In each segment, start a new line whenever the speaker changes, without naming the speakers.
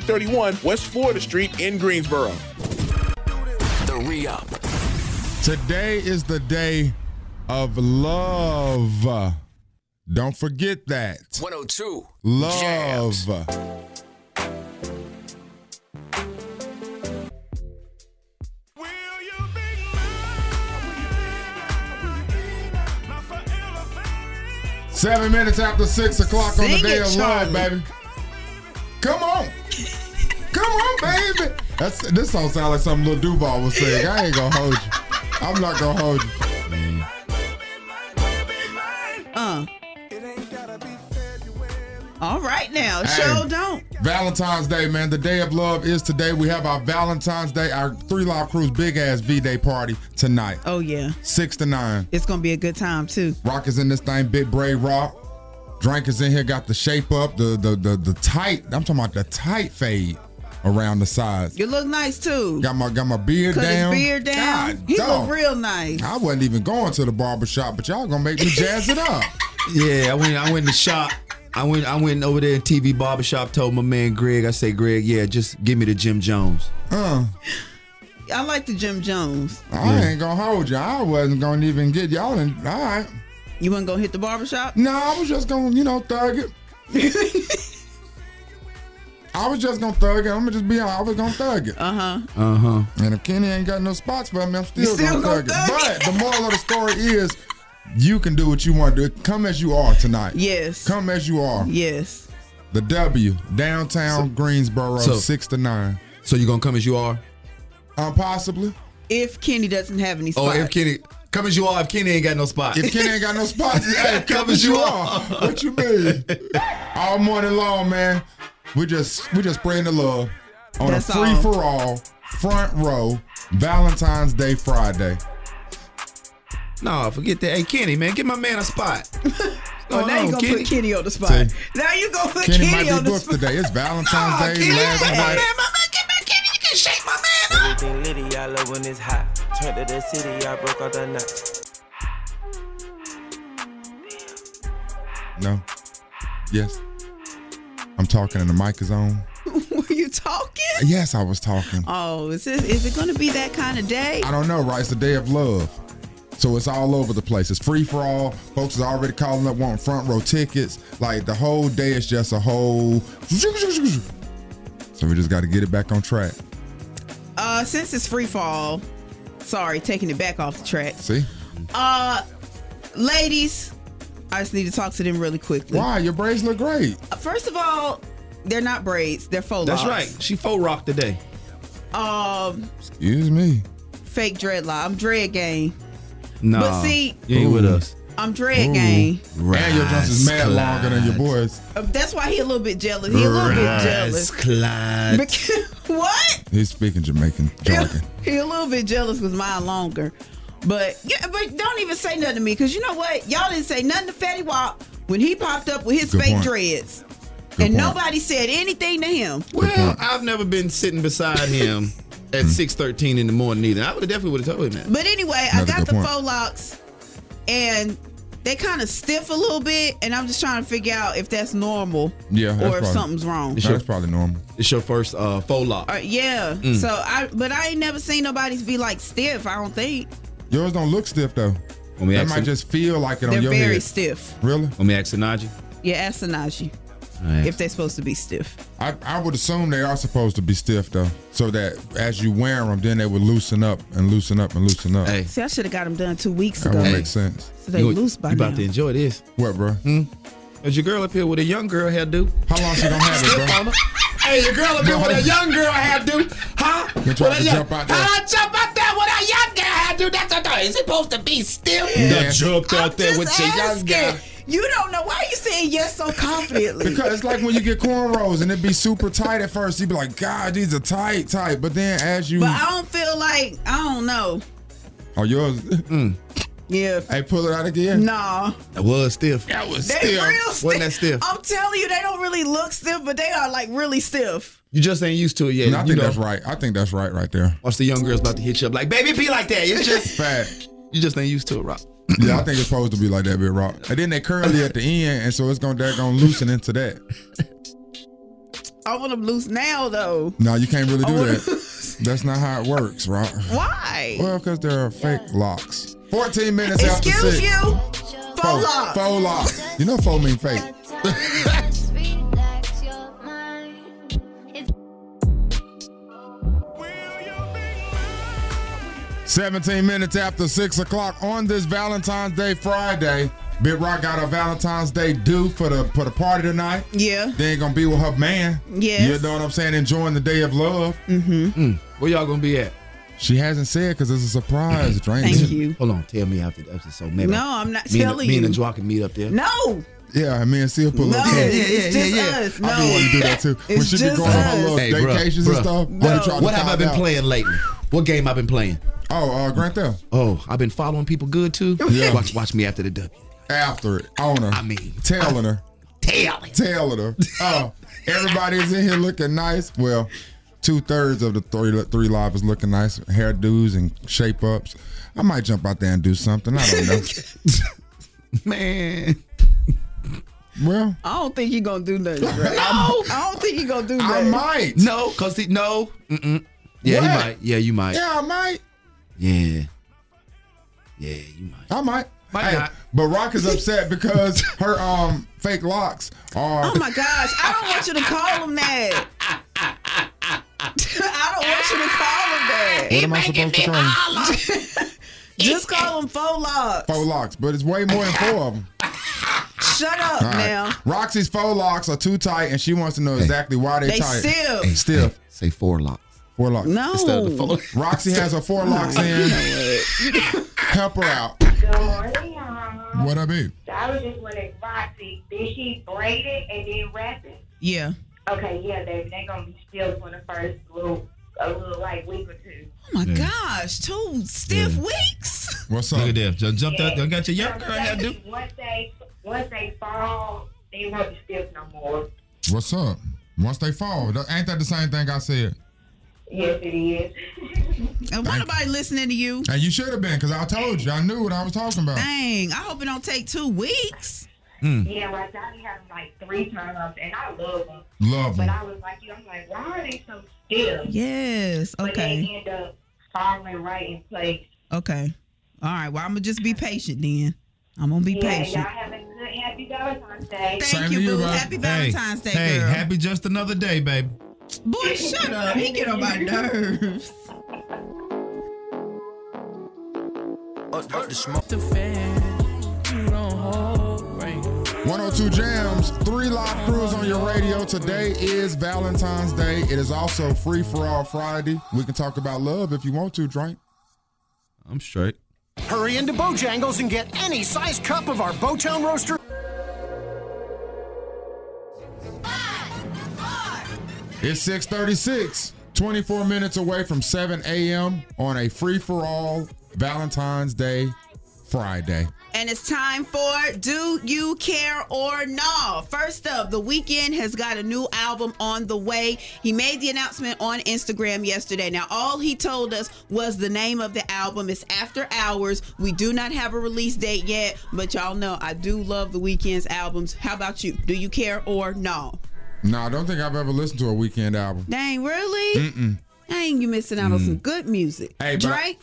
31 West Florida Street in Greensboro.
The re up.
Today is the day of love. Don't forget that.
102.
Love.
Jams.
Seven minutes after six o'clock on the
Sing
day
it,
of love,
Charlie.
baby. Come on. Come on, baby. That's this song sounds like something Lil Duval was saying. I ain't gonna hold you. I'm not gonna hold you.
Uh. All right now.
Hey.
Show don't.
Valentine's Day, man. The day of love is today. We have our Valentine's Day, our Three Live Crew's big ass V Day party tonight,
Oh yeah.
six to nine.
It's gonna be a good time too.
Rock is in this thing, Big Bray Rock. Drank is in here, got the shape up, the the the, the tight. I'm talking about the tight fade around the sides.
You look nice too.
Got my got my beard
Cut his
down.
beard down.
God,
you
dog.
look real nice.
I wasn't even going to the barber shop, but y'all gonna make me jazz it up.
Yeah, I went. I went in the shop. I went. I went over there in TV barbershop. Told my man Greg. I say, Greg, yeah, just give me the Jim Jones.
Uh,
I like the Jim Jones.
I ain't gonna hold you. I wasn't gonna even get y'all in. All right.
You wanna go hit the barbershop?
No, I was just gonna, you know, thug it. I was just gonna thug it. I'm gonna just be honest. I was gonna thug it.
Uh-huh.
Uh huh.
And if Kenny ain't got no spots for me, I'm still,
You still
gonna, thug,
gonna thug
it.
it.
But the moral of the story is you can do what you want to do. Come as you are tonight.
Yes.
Come as you are.
Yes.
The W, downtown Greensboro,
so-
6 to 9.
So you gonna come as you are?
Um, possibly.
If Kenny doesn't have any
Oh,
spots.
if Kenny, come as you are. If Kenny ain't got no spot.
If Kenny ain't got no spots, hey, come as you are. What you mean? All morning long, man. We just we just spreading the love on
That's
a free
all.
for all front row Valentine's Day Friday.
no, forget that. Hey, Kenny, man, give my man a spot.
Oh,
No,
now you
no,
gonna
Kenny.
put Kenny on the spot.
See?
now you gonna put
Kenny,
Kenny,
might be
on the
booked
spot.
today. It's Valentine's
Oh,
Day,
Kenny,
last
hey, man,
night.
my man, give me Kenny. You can shake my man. up.
Everything litty, I love when it's hot. Turn to the city, I broke all the knots.
No. Yes. I'm talking and the mic is on.
Were you talking?
Yes, I was talking.
Oh, is this is it gonna be that kind of day?
I don't know, right? It's the day of love. So it's all over the place. It's free for all. Folks is already calling up wanting front row tickets. Like the whole day is just a whole. So we just got to get it back on track.
Uh since it's free fall, sorry, taking it back off the track.
See?
Uh ladies, I just need to talk to them really quickly.
Why? Your braids look great.
First of all, they're not braids, they're faux
That's right.
locks.
She faux rock today.
Um
Excuse me.
fake dreadlock. I'm dread gang.
No,
But see-
you ain't with us.
I'm dread
And
gang.
your dress is mad longer than your boys.
Uh, That's why he a little bit jealous. He a little bit jealous. Because- what?
He's speaking Jamaican jargon.
He a little bit jealous because mine longer. But yeah, but don't even say nothing to me because you know what? Y'all didn't say nothing to Fatty Wap when he popped up with his
Good
fake
point.
dreads.
Good
and
point.
nobody said anything to him.
Well, I've never been sitting beside him at six thirteen in the morning either. I would have definitely would have told him that.
But anyway,
That's a good
I got the
point.
faux locks and they kind of stiff a little bit. And I'm just trying to figure out if that's normal
Yeah, that's
or if
probably-
something's wrong.
No, that's probably normal.
It's your first uh, faux lock.
Uh, yeah.
Mm.
So I, but I ain't never seen nobody's be like stiff. I don't think
Yours don't look stiff though.
When we
They
ask
might
him-
just feel like it on
they're
your
very
head.
stiff.
Really?
Let me ask Sanaji.
Yeah, ask Sanaji if they're supposed to be stiff.
I, I would assume they are supposed to be stiff though, so that as you wear them, then they would loosen up and loosen up and loosen up.
Hey,
See, I should have got them done two weeks
that
ago.
would
Hey.
make sense.
So they
you,
loose by
you
now.
about to enjoy this.
What, bro?
Hmm? Is your girl up here with a young girl hairdo?
How long she gonna have it, bro?
Hey, your girl up here with a young girl hairdo, huh?
Been trying
With a
to
young-
jump out there.
Huh? Jump out there with a young girl hairdo. That's what I thought. Is it supposed to be still?
Yeah.
jumped
I'm just asking. You don't know why you saying yes so confidently.
Because it's like when you get cornrows and it be super tight at first. You be like, God, these are tight, tight. But then as you,
but I don't feel like I don't know.
oh yours,
Hmm.
Yeah.
hey, pull it out again.
Nah.
That was stiff.
That was
They
stiff.
real stiff.
Wasn't that stiff? Oh.
I'm telling you, they don't really look stiff, but they are like really stiff.
You just ain't used to it yet.
And I
you
think
know.
that's right. I think that's right right there.
Watch the young girls about to hit you up like, baby, be like that. It's just
Fact.
you just ain't used to it, Rock.
Yeah, I think it's supposed to be like that, bit rock. And then they curly at the end, and so it's gonna that gonna loosen into that.
I want them loose now though.
No, you can't really do
Oh.
that. That's not how it works, rock.
Why?
Well, because they're fake locks. 14 minutes after
Excuse
six.
you.
Faux
Faux lock.
Faux lock. You know faux mean fake. Seventeen minutes after six o'clock on this Valentine's Day Friday, Big Rock got a Valentine's Day do for the for the party tonight.
Yeah.
Then gonna be with her man.
Yes. Mm.
You know what I'm saying? Enjoying the day of love.
Where y'all gonna be at?
She hasn't said because it's a surprise. Drink.
Thank you.
Hold on, tell me after the episode. Maybe
No, I'm not
me
telling
and, Me and
you.
the Dwa can meet up there.
No.
Yeah, me and Sia pull
No.
up.
yeah,
it's
yeah,
just
yeah, yeah.
us.
I be wanting to do
No.
that too. when
It's
she be
just
going on her
us.
little
Hey, bruh,
vacations
bruh.
and stuff.
No.
I be trying to
What have I
find
been
out.
playing lately? What game I've been playing?
Oh, uh, Grand Theft.
Oh, I've been following people good too.
Yeah.
Watch, watch me after the W.
After it, on her.
I mean,
tailing her,
Tell it.
tailing her. Oh, everybody is in here looking nice. Well, two thirds of the three three live is looking nice. Hairdos and shape ups. I might jump out there and do something. I don't know.
man.
well,
I don't think you're gonna do nothing. Dre.
No.
I don't think you're gonna do
I
nothing.
might.
No, cause he, no. Mm-mm. Yeah,
What?
you might. Yeah, you might.
Yeah, I might.
Yeah. Yeah, you might.
I might.
Might not.
but Rock is upset because her um fake locks are.
Oh my gosh. I don't want you to call him that. I don't want you to call him that.
what am I supposed to call them?
Just call him faux locks.
Four locks, but it's way more than four of them.
Shut up
All right.
now.
Roxy's four locks are too tight, and she wants to know exactly why they're
They
tight.
still.
Still,
Say four locks.
four locks.
No.
Instead of the four.
Roxy has her four locks in. Help her out.
Good morning, y'all.
What I mean?
So I was just wondering, Roxy, did she braid it and then wrap it?
Yeah.
Okay, yeah, baby, they gonna be still for the first little, a little like week or two.
Oh my gosh. Two stiff weeks.
What's up?
that. Just jumped
Yeah.
got your young
So basically, Once they, once they fall, they won't be stiff no more.
What's up? Once they fall, that- ain't that the same thing I said?
Yes, it is.
And why nobody listening to you?
And you should have been, cause I told you, I knew what I was talking about.
Dang. I hope it don't take two weeks.
Hmm.
yeah, well, Daddy had them like three times, and I love them.
Hmm.
Love
But
them.
I was like, you, I'm like, why are they so stiff?
Yes.
But
Okay.
they end up falling right in place.
Okay. All right. Well, I'm gonna just be patient then. I'm gonna be
Yeah, and
patient.
y'all have a good, happy Valentine's Day.
Thank
Same
you,
to you,
boo.
bro.
Happy Valentine's Day, girl.
just another day, baby.
Boy, shut up. He get on my nerves.
Up the smoke. The fan, you don't hold rank.
102 Jams, three live crews on your radio. Today is Valentine's Day. It is also free for all Friday. We can talk about love if you want to, drink.
I'm straight.
Hurry into Bojangles and get any size cup of our Bowtown Roaster.
It's 636, 24 minutes away from 7 a.m. on a free for all Valentine's Day Friday.
And it's time for Do You Care or No? First up, The Weeknd has got a new album on the way. He made the announcement on Instagram yesterday. Now, all he told us was the name of the album. It's After Hours. We do not have a release date yet, but y'all know I do love The Weeknd's albums. How about you? Do you care or no?
No, I don't think I've ever listened to a weekend album.
Dang, really? Dang, you missing out on some good music.
Hey, but I-
Drake?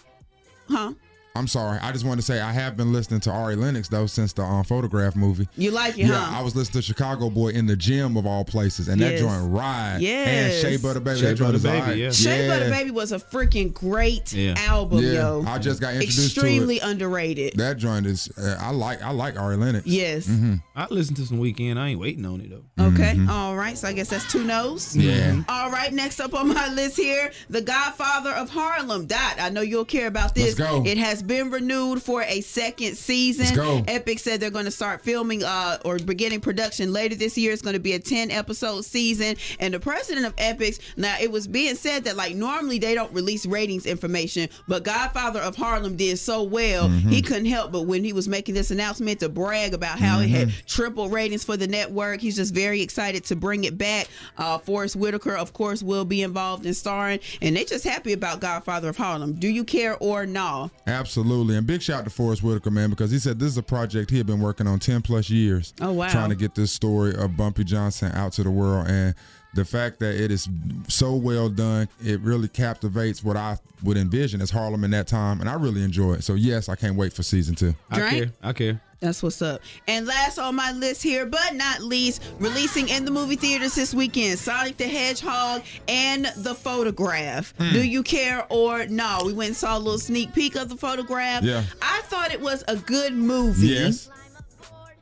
Huh?
I'm sorry. I just wanted to say I have been listening to Ari Lennox, though, since the um, photograph movie.
You like it,
Yeah,
huh?
I was listening to Chicago Boy in the gym of all places, and
Yes.
that joint ride.
Yes.
And Shea Butter Baby.
Shea
that joint
Butter
is all
Baby,
right.
yeah.
Shea Butter Baby was a freaking great
Yeah.
album,
Yeah,
yo.
I just got introduced
Extremely
to
underrated.
it. That Mm-hmm, joint is. Uh, I like. I like Ari Lennox.
yes.
I listened to some weekend. I ain't waiting on it though.
Okay. All right. So I guess that's two no's.
mm-hmm, Yeah.
All right. Next up on my list here, The Godfather of Harlem. Dot. I know you'll care about this.
Let's go.
It has been renewed for a second season.
Let's go.
Epic said they're going to start filming uh, or beginning production later this year. It's going to be a 10 episode season. And the president of Epics, now it was being said that like normally they don't release ratings information, but Godfather of Harlem did so well,
Mm-hmm.
he couldn't help but when he was making this announcement to brag about how it had
Mm-hmm.
triple ratings for the network. He's just very excited to bring it back. Uh, Forrest Whitaker, of course, will be involved in starring. And they just happy about Godfather of Harlem. Do you care or no?
Absolutely. And big shout to Forrest Whitaker, man, because he said this is a project he had been working on 10 plus years.
Oh, wow.
Trying to get this story of Bumpy Johnson out to the world. And the fact that it is so well done, it really captivates what I would envision as Harlem in that time. And I really enjoy it. So, yes, I can't wait for season two.
I
Drake?
care. I care.
That's what's up. And last on my list here, but not least, releasing in the movie theaters this weekend Sonic the Hedgehog and The Photograph.
Hmm.
Do you care or no? We went and saw a little sneak peek of The Photograph.
Yeah.
I thought it was a good movie.
Yes.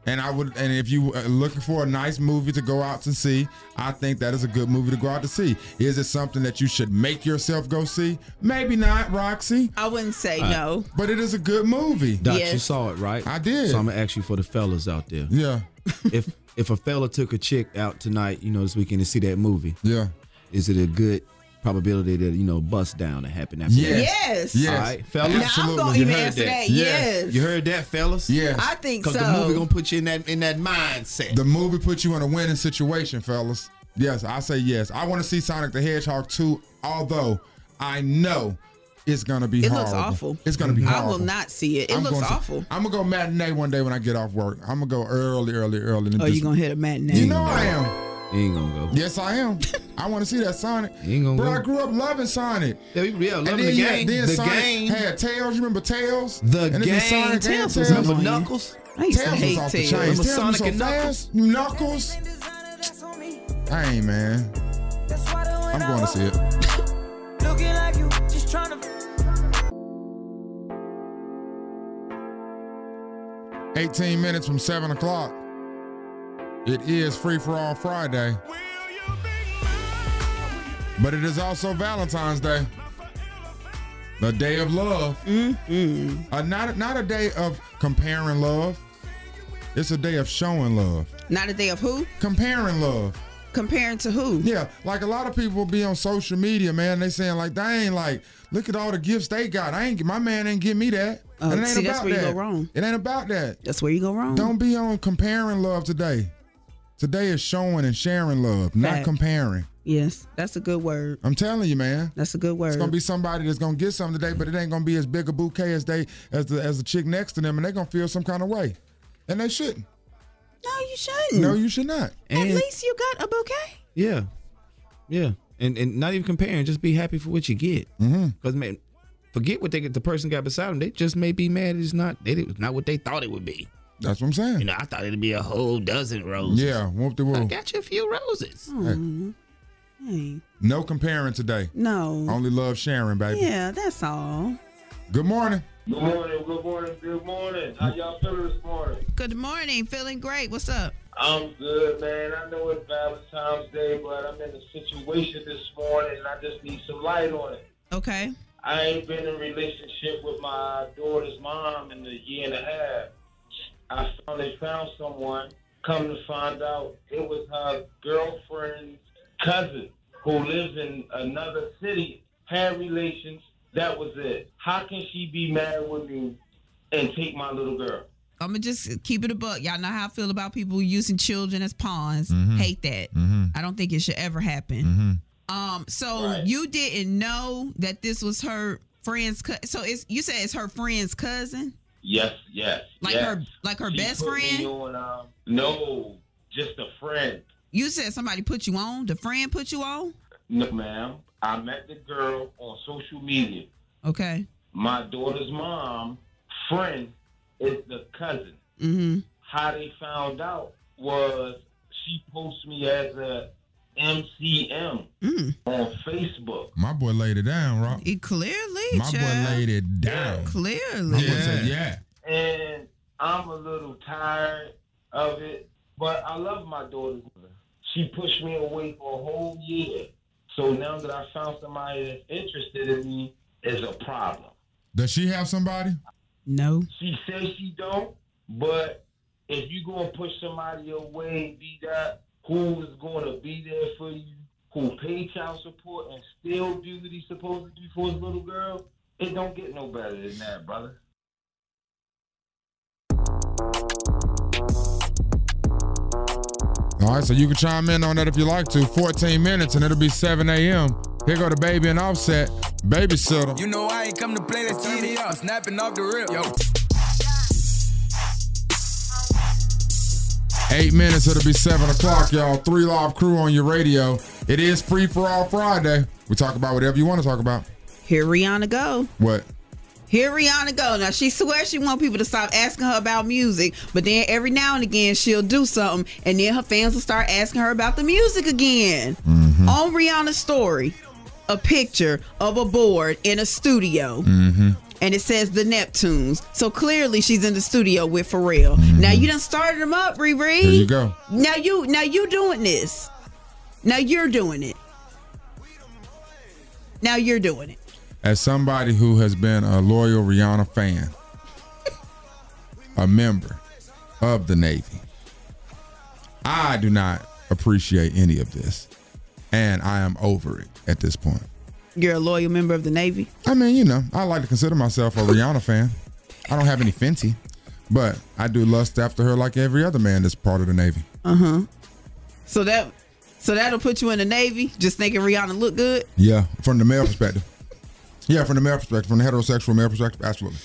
And I would, and if you are looking for a nice movie to go out to see, I think that is a good movie to go out to see. Is it something that you should make yourself go see? Maybe not, Roxy.
I wouldn't say
Uh,
no.
But it is a good movie.
Doc, you
Yes.
saw it, right?
I did.
So I'm gonna ask you for the fellas out there.
Yeah,
if if a fella took a chick out tonight, you know, this weekend to see that movie,
yeah.
is it a good probability that you know bust down to happen after?
Yes.
Yes.
That?
Yes.
All right, fellas.
Now I'm
Absolutely.
going to
You
even
heard
answer
that.
that.
Yeah.
Yes.
You heard that, fellas?
Yes.
I think so.
Because the movie gonna put you in that in that mindset.
The movie put you in a winning situation, fellas. Yes, I say yes. I want to see Sonic the Hedgehog 2, although I know it's gonna be
It looks
horrible.
awful.
It's gonna be
I
horrible.
will not see it. It looks awful.
I'm gonna go matinee one day when I get off work. I'm gonna go early, early, early. and
oh,
just-
you going to hit a matinee.
You know I am.
You ain't gonna go.
Yes, I am. I want to see that Sonic.
You ain't gonna
Bro,
go.
I grew up loving Sonic.
Yeah, we- yeah, loving
and then,
the
you
game.
Had, then
the
Sonic
game.
had Tails. You remember Tails?
the
and
game.
Then Sonic and Tails.
Tails was
Remember
annoying.
Knuckles?
I used to
Tails was
hate
off the
Tails.
chain. Tails
Remember
was
Sonic
so
and
fast. Knuckles. Hey man, I'm going to see it.
Looking like you, just trying to.
18 minutes from seven o'clock. It is free for all Friday, but it is also Valentine's Day, the day of love. Uh, not not a day of comparing love. It's a day of showing love,
Not a day of who?
comparing love.
Comparing to who?
Yeah, like a lot of people be on social media, man. They saying like, "Dang, like, look at all the gifts they got. I ain't my man ain't give me that."
Oh,
And it ain't
see, that's
about
where you
that.
go wrong.
It ain't about that.
That's where you go wrong.
Don't be on comparing love today. Today is showing and sharing love, not
Fact.
comparing.
Yes, that's a good word.
I'm telling you, man.
That's a good word.
It's gonna be somebody that's gonna get something today, but it ain't gonna be as big a bouquet as they as the as the chick next to them, and they gonna feel some kind of way, and they shouldn't.
no, you shouldn't.
No, you should not.
At
And-
least you got a bouquet.
Yeah, yeah, and and not even comparing. Just be happy for what you get.
Mm-hmm.
Because man, forget what they get. The person got beside them. They just may be mad. It's not. They didn't- not what they thought it would be.
That's what I'm
You
saying.
know, I thought it'd be a whole dozen roses.
Yeah, whoop the
I
whoop.
got you a few roses.
Hey,
No comparing today.
no.
Only love sharing, Oh, baby.
yeah, that's all.
Good morning.
Good morning, good morning, good morning. How y'all feeling this morning?
Good morning. Feeling great. What's up?
I'm good, man. I know it's Valentine's Day, but I'm in a situation this morning and I just need some light on it.
Okay.
I ain't been in a relationship with my daughter's mom in a year and a half. I finally found someone. Come to find out, it was her girlfriend's cousin who lives in another city. Had relations. That was it. How can she be married with me and take my little girl?
I'm gonna just keep it a buck. Y'all know how I feel about people using children as pawns. Hate
Mm-hmm.
that. I don't think it should ever happen. Um, so
Right.
you didn't know that this was her friend's. Co- so it's you said it's her friend's cousin,
Yes, yes.
like
yes.
her, like her
She
best
put me
friend.
on, um, no, just a friend.
You said somebody put you on. The friend put you on.
No, ma'am. I met the girl on social media.
Okay.
my daughter's mom friend is the cousin.
Mm-hmm.
How they found out was she posted me as a MCM
Mm.
on Facebook.
My boy laid it down, Rock.
It clearly,
My
child.
boy laid it down. My
Clearly.
boy said, yeah.
And I'm a little tired of it, but I love my daughter. She pushed me away for a whole year. So now that I found somebody that's interested in me, is a problem.
Does she have somebody?
No.
She says she don't, but if you gonna push somebody away and be that, who is gonna be there for you, who pay child support and still do what he's supposed to do for his little girl, it don't get no better than that, brother.
All right, so you can chime in on that if you like to. 14 minutes and it'll be 7 a.m. Here go the baby and offset. Babysitter.
You know I ain't come to play, let's turn it up. Snapping off the rip, yo.
Eight minutes, it'll be seven o'clock, y'all. Three Live Crew on your radio. It is free for all Friday. We talk about whatever you want to talk about.
Here Rihanna go.
What?
Here Rihanna go. Now she swears she want people to stop asking her about music, but then every now and again she'll do something, and then her fans will start asking her about the music again.
Mm-hmm.
On Rihanna's story, a picture of a board in a studio.
Mm-hmm.
And it says the Neptunes. So clearly she's in the studio with Pharrell. Now you done started them up, Riri.
Mm-hmm. There you go.
Now you now you doing this. Now you're doing it. Now you're doing it.
As somebody who has been a loyal Rihanna fan, a member of the Navy, I do not appreciate any of this. And I am over it at this point.
You're a loyal member of the Navy.
I mean, you know, I like to consider myself a Rihanna fan. I don't have any Fenty, but I do lust after her like every other man that's part of the Navy.
Uh-huh. So that so that'll put you in the Navy, just thinking Rihanna look good.
Yeah, from the male perspective. Yeah, from the male perspective, from the heterosexual male perspective, absolutely.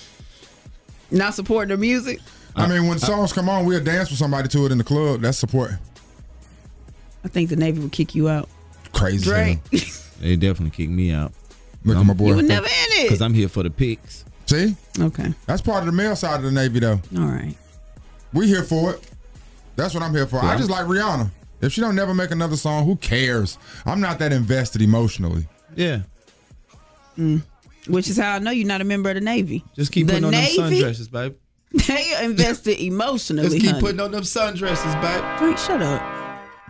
Not supporting her music.
I mean, when songs come on, we'll dance with somebody to it in the club. That's support.
I think the Navy would kick you out.
Crazy.
Drake.
They definitely kick me out.
Look at my boy.
You were never in it.
Because I'm here for the picks.
See?
Okay.
That's part of the male side of the Navy, though.
All right.
We here for it. That's what I'm here for. I
Yeah.
just like Rihanna. If she don't never make another song, who cares? I'm not that invested emotionally.
Yeah.
Which is how I know you're not a member of the Navy.
Just keep
the
putting on
Navy,
them sundresses, babe.
They are invested emotionally.
Just keep
honey.
putting on them sundresses, babe.
Drake, shut up.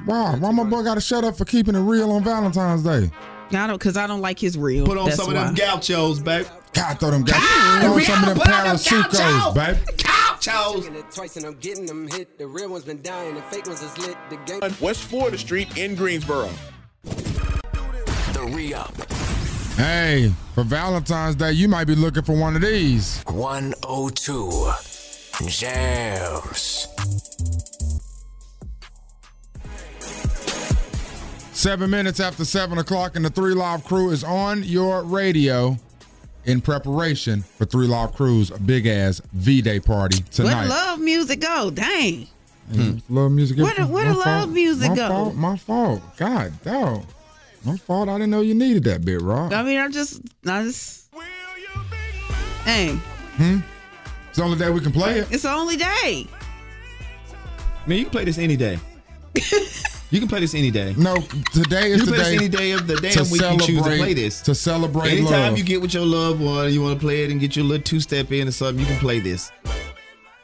Wow, why my boy got to shut up for keeping it real on Valentine's Day?
I don't because I don't like his real.
Put on
That's
some of
why.
them gauchos, babe.
God, throw them guys. throw some of them parasucos, babe.
Gauchos.
Twice and I'm getting them hit. The real one's been dying, the fake ones is lit. The game.
West Florida Street in Greensboro.
The re up.
Hey, for Valentine's Day, you might be looking for one of these.
102. Jams.
Seven minutes after seven o'clock, and the Three Live Crew is on your radio in preparation for Three Live Crew's big ass V Day party
Where
tonight.
the love music go? Dang.
Love music.
Where the- where the
My
love
fault.
music
my
go?
Fault, my fault. God, dog. My fault. I didn't know you needed that bit, Rob.
I mean, I'm just, I just. Dang.
It's the only day we can play it.
It's the only day.
Man, you can play this any day. you can play this any day.
No, today is
you
the
can play this
day
any day of the
to
damn week you
celebrate.
choose to play this.
To celebrate
Anytime
love.
you get with your loved one, you want to play it and get your little two step in or something, you can play this.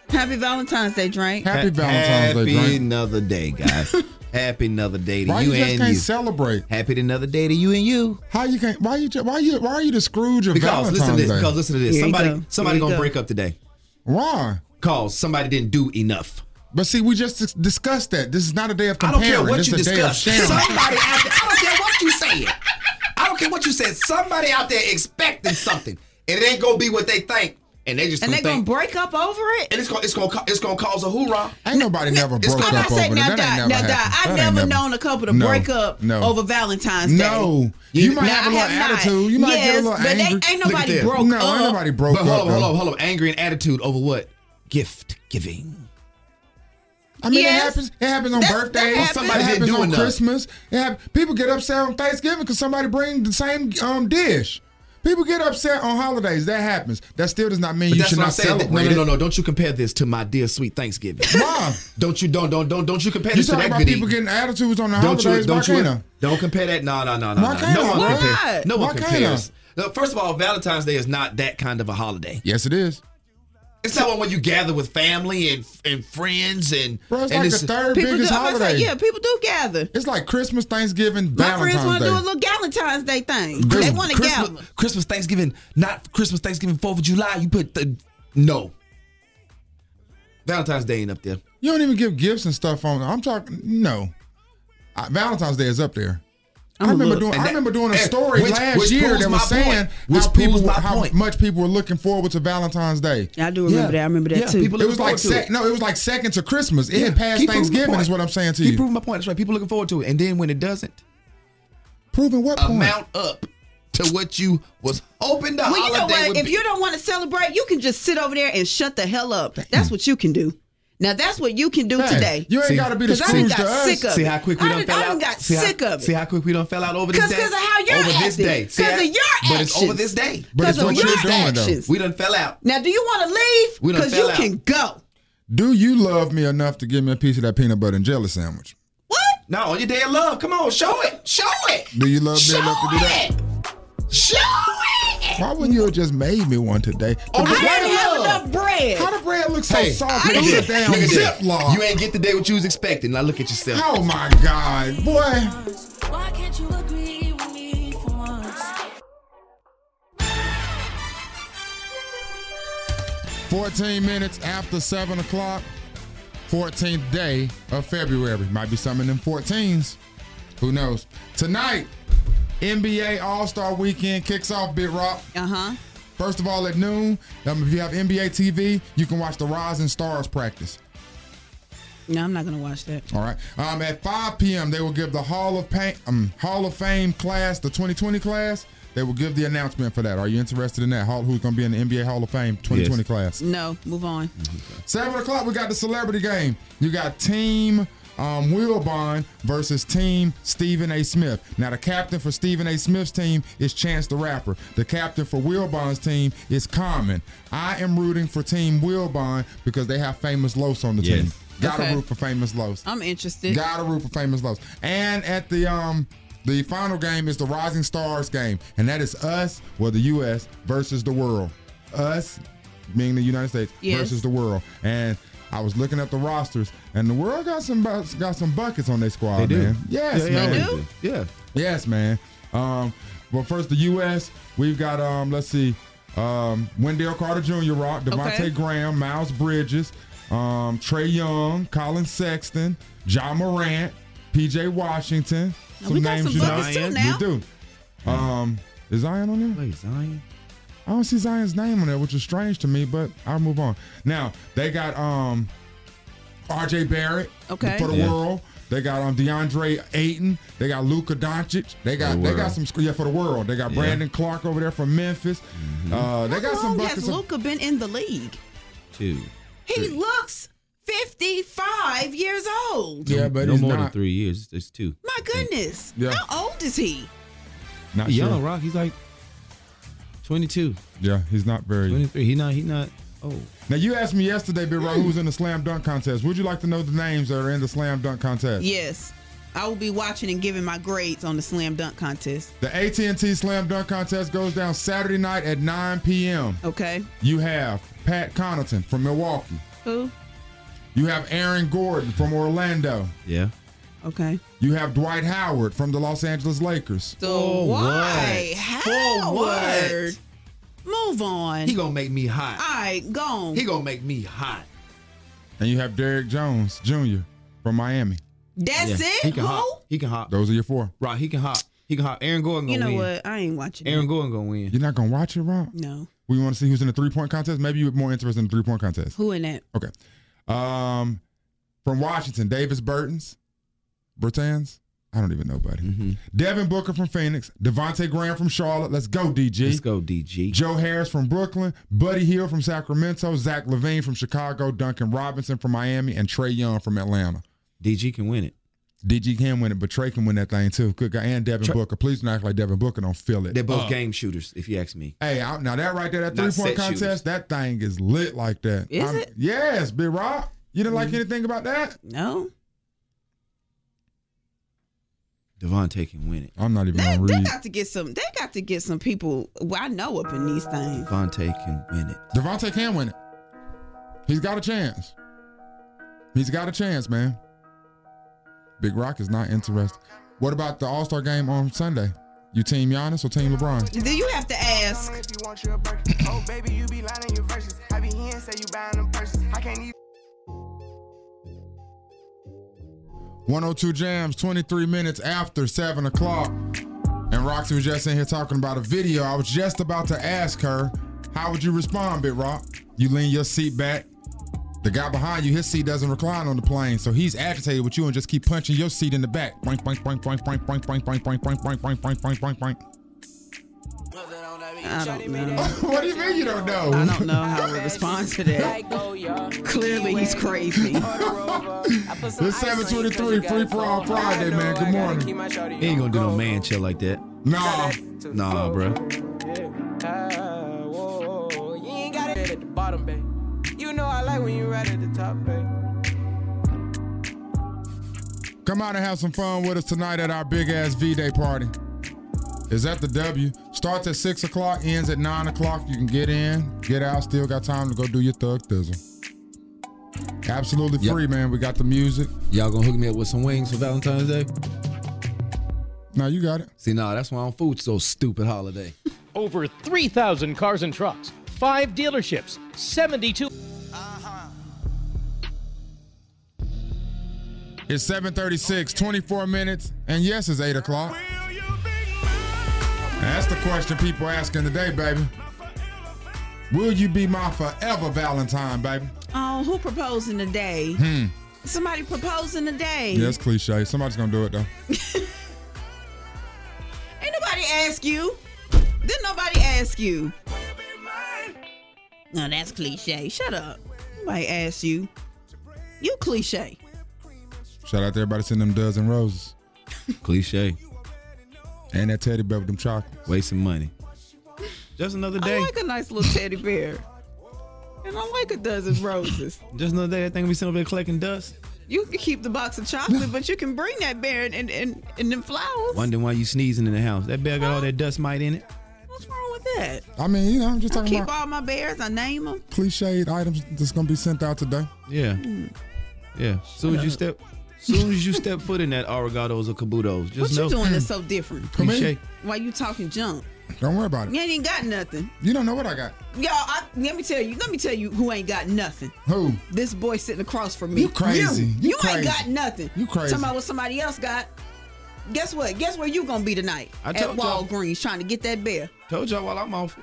Happy Valentine's Day, Drake.
Happy
Ha-
Valentine's Day,
Happy
Drake.
another day, guys. happy another day to
Why you,
you,
just
and
can't
you.
celebrate?
happy another day to you and you.
How you can't? Why you? ju- Why you? Why are you the Scrooge of
Because
Valentine's
listen to this.
Day?
Because listen to this.
Here you
somebody
go. Here
somebody
you
gonna
go.
break up today.
Why?
Cause somebody didn't do enough.
But see, we just dis- discussed that. This is not a day of
I don't
comparing.
care what
this
you
is a
discuss.
day of sharing.
Somebody out there, I don't care what you saying. I don't care what you said. Somebody out there expecting something, and it ain't gonna be what they think, and they just
And
gonna
they gonna
think,
break up over it?
and it's gonna it's gonna ca- it's gonna cause a hoorah.
Ain't nobody never
it's
broke
gonna-
up
I say
over
now,
that.
die,
That
now,
ain't never
die.
happened.
I've
That ain't
never
never-
known a couple to
No,
break up
no.
over Valentine's Day.
No, you might
Now,
have a
I
little
have not.
attitude. You might
yes,
get a little
but
angry.
They, ain't
Look at
nobody
this.
broke
no,
up.
ain't nobody broke
but
up.
hold on, hold
though.
on, hold on. Angry and attitude over what? Gift giving.
I mean,
Yes.
it happens. It happens on
That's- that
birthdays.
happens.
Somebody
it
didn't
happens
do
on
enough.
Christmas. It hap- people get upset on Thanksgiving because somebody bring the same um, dish. People get upset on holidays. That happens. That still does not mean
But
you
that's
should
what
not
I'm saying. No,
celebrate
no, no,
it.
no. Don't you compare this to my dear sweet Thanksgiving.
Why?
don't you don't don't don't don't you compare
You
this to
talking
that
about
good
people
eating.
getting attitudes on the
Don't you?
holidays?
Don't
Why
you?
can't I?
Don't compare that. No, no, no, no,
Why
no.
can't
No
I?
one
Why
compares.
not?
No one
Why can't I?
compares. Look, First of all, Valentine's Day is not that kind of a holiday.
Yes, it is.
It's not one where you gather with family and and friends and
Bro, it's
and
like the third
People
biggest
do, I'm gonna
holiday.
say, yeah, people do gather.
It's like Christmas, Thanksgiving,
My friends
Valentine's
want
Day.
to do a little Valentine's Day thing.
Christmas-
they want to gather.
Christmas, Christmas, Thanksgiving, not Christmas, Thanksgiving, Fourth of July. You put the no. Valentine's Day ain't up there.
you don't even give gifts and stuff on. I'm talking no. I, Valentine's Day is up there. i
I'ma
remember
look.
doing.
And
I
that-
remember doing a
and
story
which-
last
which
year
proves
that
my
was saying
point. Which
how people,
proves my
how
point.
much people were looking forward to Valentine's Day.
I do remember that. I remember that
Yeah,
too.
people
It was
Looking
like
forward to
sec-
it.
no, it was like second to Christmas. It had
Yeah.
passed
Keep proving
Thanksgiving.
my
Is
point.
what I'm saying to
Keep
you.
proving my point. That's right. People looking forward to it, and then when it doesn't,
Proving what point?
amount up to what you was hoping the
Well, you know
holiday
what?
would
If
be.
you don't want to celebrate, you can just sit over there and shut the hell up. That's what you can do. Now, that's what you can do
Hey,
today.
You ain't
See,
got to be the
'cause I
Scrooge
done got
to us.
sick of
see
it.
how quick we
I
done
done-
fell
I done
out.
got
see
sick
how,
of it.
See how quick we done fell out over this
Cause-
day.
'cause of how you're
over this
acting.
day. See
'Cause
how-
of your
But it's over
actions.
this day.
But it's
Because
what
of
you're
your
doing
actions.
though.
We done fell out.
Now, do you want to
We
leave?
done
Because you
fell out.
can go.
Do you love me enough to give me a piece of that peanut butter and jelly sandwich?
What?
No, on your day of love. Come on, show it. Show it.
Do you love me
Show
enough to do that?
it. Show it.
Why wouldn't you have just made me one today?
Oh,
The
I
I
bread-
didn't have
love.
enough bread.
How the bread looks so
Hey,
soft?
look
Look
at
at
this.
damn
Look at this.
zip lock.
You ain't get the day what you was expecting. Now look at yourself.
Oh my God, boy!
Why can't you agree with me for once?
Fourteen minutes after seven o'clock, fourteenth day of February. Might be some of them fourteens. Who knows? Tonight, NBA All Star Weekend kicks off. Bit Rock.
Uh
Uh-huh.
huh.
First of all, at noon, um, if you have NBA TV, you can watch the Rising Stars practice.
No, I'm not gonna watch that.
All right. Um, at 5 p.m., they will give the Hall of Pain, um, Hall of Fame class, the 2020 class. They will give the announcement for that. Are you interested in that? Hall, who's going to be in the NBA Hall of Fame 2020
Yes.
class?
No, move on.
Seven o'clock, we got the celebrity game. You got Team um, Wilbon versus Team Stephen A. Smith. Now, the captain for Stephen A. Smith's team is Chance the Rapper. The captain for Wilbon's team is Common. I am rooting for Team Wilbon because they have Famous Los on the
Yes.
team. Gotta
Okay.
root for Famous Los.
I'm interested.
Gotta root for Famous Los. And at the um the final game is the Rising Stars game, and that is us, well the U.S. versus the world. Us, being the United States,
Yes.
versus the world. And I was looking at the rosters, and the world got some bu- got some buckets on their squad,
They do.
man. Yes,
yeah,
man.
Yeah, yeah.
Yes, man. Um, well, first the U.S. We've got um, let's see, um, Wendell Carter Jr. Rock, Devontae
Okay.
Graham, Miles Bridges, um, Trey Young, Colin Sexton, John Morant, P.J. Washington.
Now, we got some
you know.
buckets too
Zion,
now.
We do. Um, is Zion on there?
Wait, Zion.
I don't see Zion's name on there, which is strange to me, but I'll move on. Now, they got um RJ Barrett
Okay.
for the
Yeah.
world. They got um DeAndre Ayton. They got Luka Doncic. They got they
the
got
world.
some sc- yeah for the world. They got
Yeah. Mm-hmm.
Brandon Clark over there from Memphis. Uh, they
How
got some
long has
buckets. of-
Luca been in the league?
Two.
He looks 55 years old.
yeah, but he's not,
three years. It's two.
My goodness.
Yeah.
How old is he?
not
Young
sure.
Rock. He's like 22,
Yeah, he's not very.
23. He not. He not. Oh.
Now you asked me yesterday, Big Rock, who
Hmm.
was in the slam dunk contest. Would you like to know the names that are in the slam dunk contest?
Yes. I will be watching and giving my grades on the slam dunk contest.
The AT&T Slam Dunk Contest goes down Saturday night at 9 p.m.
Okay.
You have Pat Connaughton from Milwaukee.
Who?
You have Aaron Gordon from Orlando.
Yeah.
Okay.
You have Dwight Howard from the Los Angeles Lakers.
So
For
why?
Oh, what?
Howard.
For
Move on.
He gonna make me
All
hot.
right, gone.
He gonna make me hot.
And you have Derrick Jones Jr. from Miami.
That's
Yeah. He
it.
can
Who?
hop. He can hop.
Those are your four.
Rock. He can hop. He can hop. Aaron Gordon gonna
You know
win.
what? I ain't watching.
Aaron Gordon gonna win.
You're not going to watch it, Rob?
that. No.
We want to see who's in the three point contest. Maybe you're more interested in the three point contest.
Who in that?
Okay. Um, from Washington, Davis Burtons. Bertans? I don't even know, buddy.
Mm-hmm.
Devin Booker from Phoenix. Devontae Graham from Charlotte. Let's go, DG.
Let's go, DG.
Joe Harris from Brooklyn, Buddy Hill from Sacramento, Zach Levine from Chicago, Duncan Robinson from Miami, and Trey Young from Atlanta.
DG can win it.
DG can win it, but Trey can win that thing too. Good guy. And Devin
Trey-
Booker. Please don't act like Devin Booker don't feel it.
They're both
Uh,
game shooters, if you ask me.
Hey, I, now that right there, that three
Not
point
set
contest,
shooters.
that thing is lit like that.
Is it?
Yes, Big Rock. You didn't like
Mm-hmm.
anything about that?
No.
Devontae can win it.
I'm not even
They,
gonna
they
read.
got to get some. They got to get some people who I know up in these things.
Devontae can win it.
Devontae can win it. He's got a chance. He's got a chance, man. Big Rock is not interested. What about the All Star game on Sunday? You team Giannis or team LeBron?
Do you have to ask?
One hundred two jams, twenty three minutes after seven o'clock, and Roxy was just in here talking about a video. I was just about to ask her, how would you respond, Big Rock? You lean your seat back. The guy behind you, his seat doesn't recline on the plane, so he's agitated with you and just keep punching your seat in the back. Boink, boink, boink, boink, boink, boink, boink, boink, boink, boink, boink, boink, boink, boink, boink, boink.
I don't know.
What do you mean you don't know?
I don't know how to respond to that.
oh,
Clearly, he's crazy.
It's 723, free for all Friday, man. Good morning.
He ain't gonna do no man chill like that.
Nah.
Nah, bro.
Ah,
Come out and have some fun with us tonight at our big ass V Day party. It's at the W. Starts at 6 o'clock, ends at 9 o'clock. You can get in, get out, still got time to go do your thug thizzle. Absolutely
Yep.
free, man. We got the music.
Y'all gonna hook me up with some wings for Valentine's Day?
Now you got it.
See, nah, that's why I don't food so stupid holiday.
Over 3,000 cars and trucks, five dealerships, 72.
It's 736, 24 minutes, and yes, it's 8 o'clock. That's the question people asking today, baby. Will you be my forever Valentine, baby?
Oh, who proposing today?
Hmm.
Somebody proposing today.
Yeah, it's cliche. Somebody's gonna do it though.
Ain't nobody ask you. Didn't nobody ask you? No, that's cliche. Shut up. Nobody asked you. You cliche.
Shout out to everybody sending them dozen roses
Cliche.
and that teddy bear with them chocolates.
Wasting money. Just another
I
day.
like a nice little teddy bear. And I like a dozen roses.
Just another day. That thing we sitting over there collecting dust.
You can keep the box of chocolate, but you can bring that bear and, and, and, and them flowers.
Wondering why you sneezing in the house. That bear got all that dust mite in it.
What's wrong with that?
I mean, you know, I'm just
I
talking
keep
about
all my bears. I name them.
cliched items that's gonna be sent out today.
Yeah.
Hmm.
Yeah. Soon as you step soon as you step foot in that Arigados or Kabutos,
What
just
you
know
doing that's so different?
Come in.
cliche.
Why you talking junk?
Don't worry about it.
You ain't even got nothing.
You don't know what I got.
Y'all, I, let me tell you. Let me tell you who ain't got nothing.
Who?
This boy sitting across from me.
You crazy.
You,
You
You
crazy.
ain't got nothing.
You crazy.
Talking about what somebody else got. Guess what? Guess where you gonna be tonight?
I
At
told y'all.
Walgreens trying to get that bear.
Told y'all while I'm off.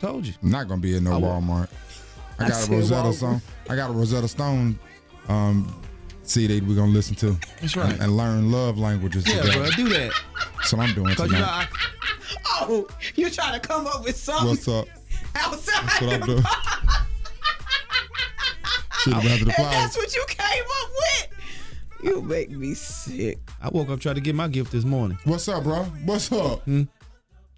Told you.
Not gonna be in no Walmart. I
I
got a
said
Rosetta
Walmart.
Stone. I got a Rosetta Stone um, CD we're gonna listen to.
That's right.
And, and learn love languages
Yeah,
together.
bro, do that.
That's what I'm doing
Cause you know,
tonight.
I,
Oh, you trying to come up with something
What's up?
outside
That's what
the
I'm doing. Should have the
And
flowers.
that's what you came up with. You make me sick.
I woke up trying to get my gift this morning.
What's up, bro? What's up?
Mm-hmm.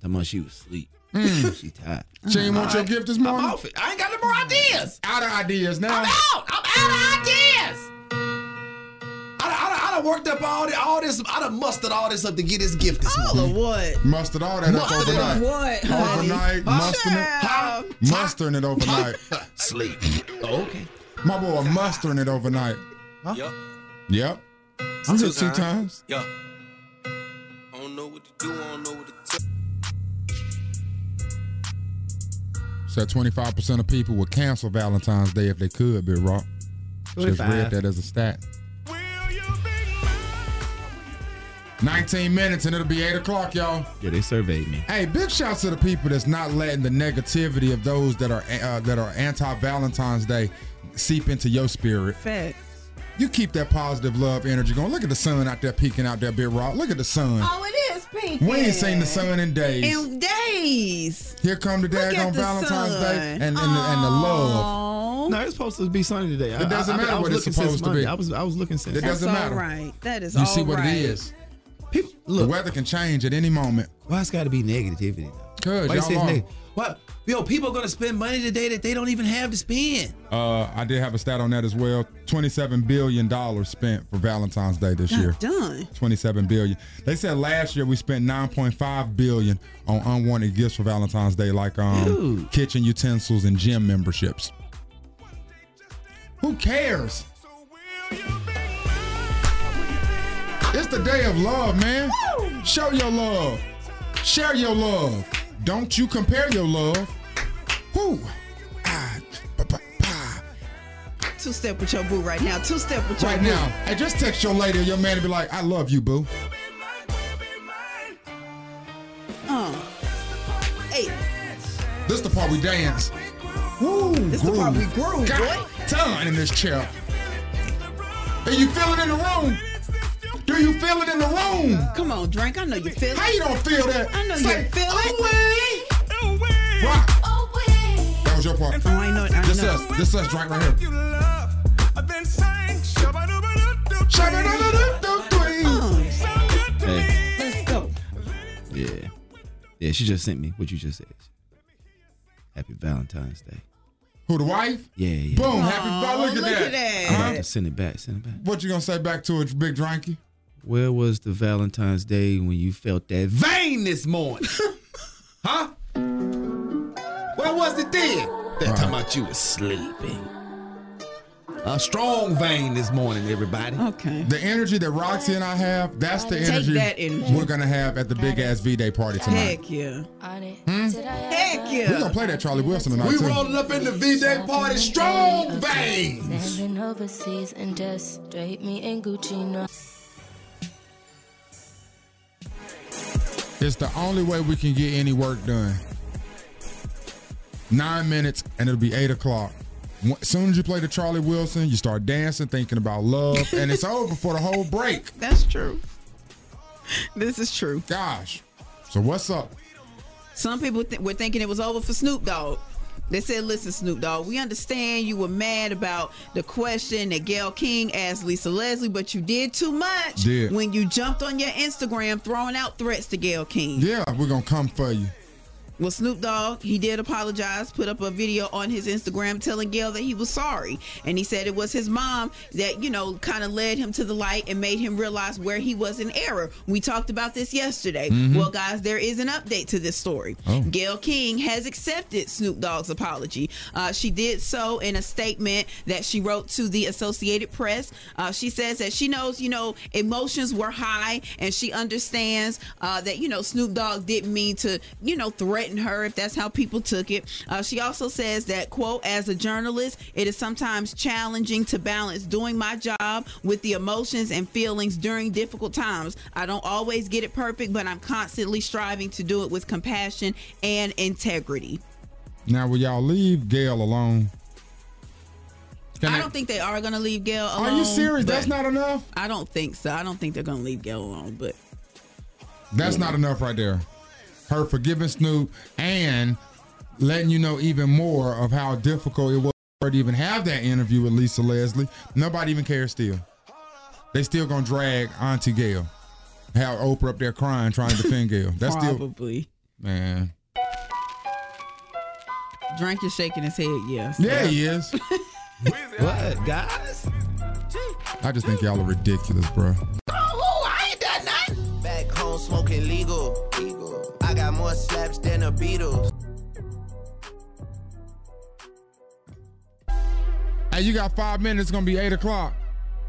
That much she was asleep. she tired.
She ain't want your gift this morning?
I'm off it. I ain't got no more ideas.
Out of ideas now.
out. I'm out of ideas. I, done- I, done- I done worked up all this, all this. I done mustered all this up to get this gift this
All of what?
Mustered all that up
All of
overnight.
What? honey?
Overnight, mustering it.
Child.
Mustering it overnight.
Sleep. Oh, okay.
My boy, mustering it overnight.
Yup.
Yep. I'm just two times.
Yeah. I don't know what to do. I don't know what to do.
Said 25% of people would cancel Valentine's Day if they could, Big Rock. Just read
25.
that as a stat. 19 minutes and it'll be 8 o'clock, y'all.
Yeah, they surveyed me.
Hey, big shouts to the people that's not letting the negativity of those that are uh, that are anti-Valentine's Day seep into your spirit.
Fact.
You keep that positive love energy going. Look at the sun out there peeking out there, Big Rock. Look at the sun.
Oh, it is pink.
we ain't seen the sun in days.
in days.
Here come the
Look
dag
at
on
the
Valentine's
sun.
Day and, and, the, and the love.
Aw.
No, it's supposed to be sunny today.
It doesn't matter what it's supposed to be.
I was I was looking since.
It
That's
doesn't matter.
all right. That is
You
all
see what
right.
it is.
People,
The
look,
weather can change at any moment.
why it's got to be negativity though?
'Cause
Why you say
y'all
it's
are.
neg- What? Yo, people are gonna spend money today that they don't even have to spend.
Uh, I did have a stat on that as well. Twenty-seven billion dollars spent for Valentine's Day this year.
Not done.
27 billion. They said last year we spent 9.5 billion on unwanted gifts for Valentine's Day, like um,
Dude.
kitchen utensils and gym memberships. Who cares? It's the day of love, man. Show your love. Share your love. Don't you compare your love. Whoo.
Two step with your boo right now. Two step with your
Right
boo.
now. Hey, just text your lady or your man and be like, I love you, boo.
Uh. Hey,
This the part we dance. Woo, this groove. the part we
groove,
God, done in this chair. Are you feeling in the room? Do you feel it in the room?
Come on, drink. I know you feel it.
How you don't feel that?
I know
It's
you
like,
feel it.
Rock. That was your part.
Oh, I know it. I
This
know.
us. This us right, right here.
Hey,
Let's go.
yeah. Yeah, she just sent me what you just said. Happy Valentine's Day.
Who the wife?
Yeah, yeah.
Boom. Happy Val- Look,
look
at that. Uh-huh.
at that.
I'm about to send it back. Send it back.
What you gonna say back to it, big drinky?
Where was the Valentine's Day when you felt that vein this morning? huh? Where was it then? That time out you was sleeping. A strong vein this morning, everybody.
Okay.
The energy that Roxy and I have, that's the
Take
energy,
that energy.
we're gonna have at the big ass V Day party tonight.
Heck yeah.
Hmm?
Heck
We're gonna
yeah.
play that Charlie Wilson tonight.
We
too.
rolling up in the V-Day party, strong veins.
Been overseas and just straight me and Gucci. No.
It's the only way we can get any work done. Nine minutes, and it'll be eight o'clock. As soon as you play the Charlie Wilson, you start dancing, thinking about love, and it's over for the whole break.
That's true. This is true.
Gosh. So what's up?
Some people th- were thinking it was over for Snoop Dogg. They said, listen, Snoop Dogg, we understand you were mad about the question that Gail King asked Lisa Leslie, but you did too much
Did.
when you jumped on your Instagram throwing out threats to Gail King.
Yeah, we're gonna come for you.
Well, Snoop Dogg, he did apologize, put up a video on his Instagram telling Gail that he was sorry. And he said it was his mom that, you know, kind of led him to the light and made him realize where he was in error. We talked about this yesterday.
Mhm.
Well, guys, there is an update to this story.
Oh.
Gail King has accepted Snoop Dogg's apology. Uh, she did so in a statement that she wrote to the Associated Press. Uh, she says that she knows, you know, emotions were high and she understands uh, that, you know, Snoop Dogg didn't mean to, you know, threaten her if that's how people took it. Uh, she also says that, quote, as a journalist, it is sometimes challenging to balance doing my job with the emotions and feelings during difficult times. I don't always get it perfect, but I'm constantly striving to do it with compassion and integrity.
Now will y'all leave Gail alone? Can
I
I-
don't think they are going to leave Gail alone.
Are you serious? That's
but
not enough?
I don't think so. I don't think they're going to leave Gail alone, but
That's not enough right there. Her forgiving Snoop and letting you know even more of how difficult it was for her to even have that interview with Lisa Leslie. Nobody even cares still. They still gonna drag Auntie Gail. Have Oprah up there crying trying to defend Gail. That's still
probably.
man.
Drink is shaking his head, yes.
Yeah, he is.
what, guys?
I just think y'all are ridiculous, bro.
I ain't done nothing. Back home smoking legal. legal. I got more slaps than the Beatles.
Hey, you got five minutes. It's gonna be eight o'clock.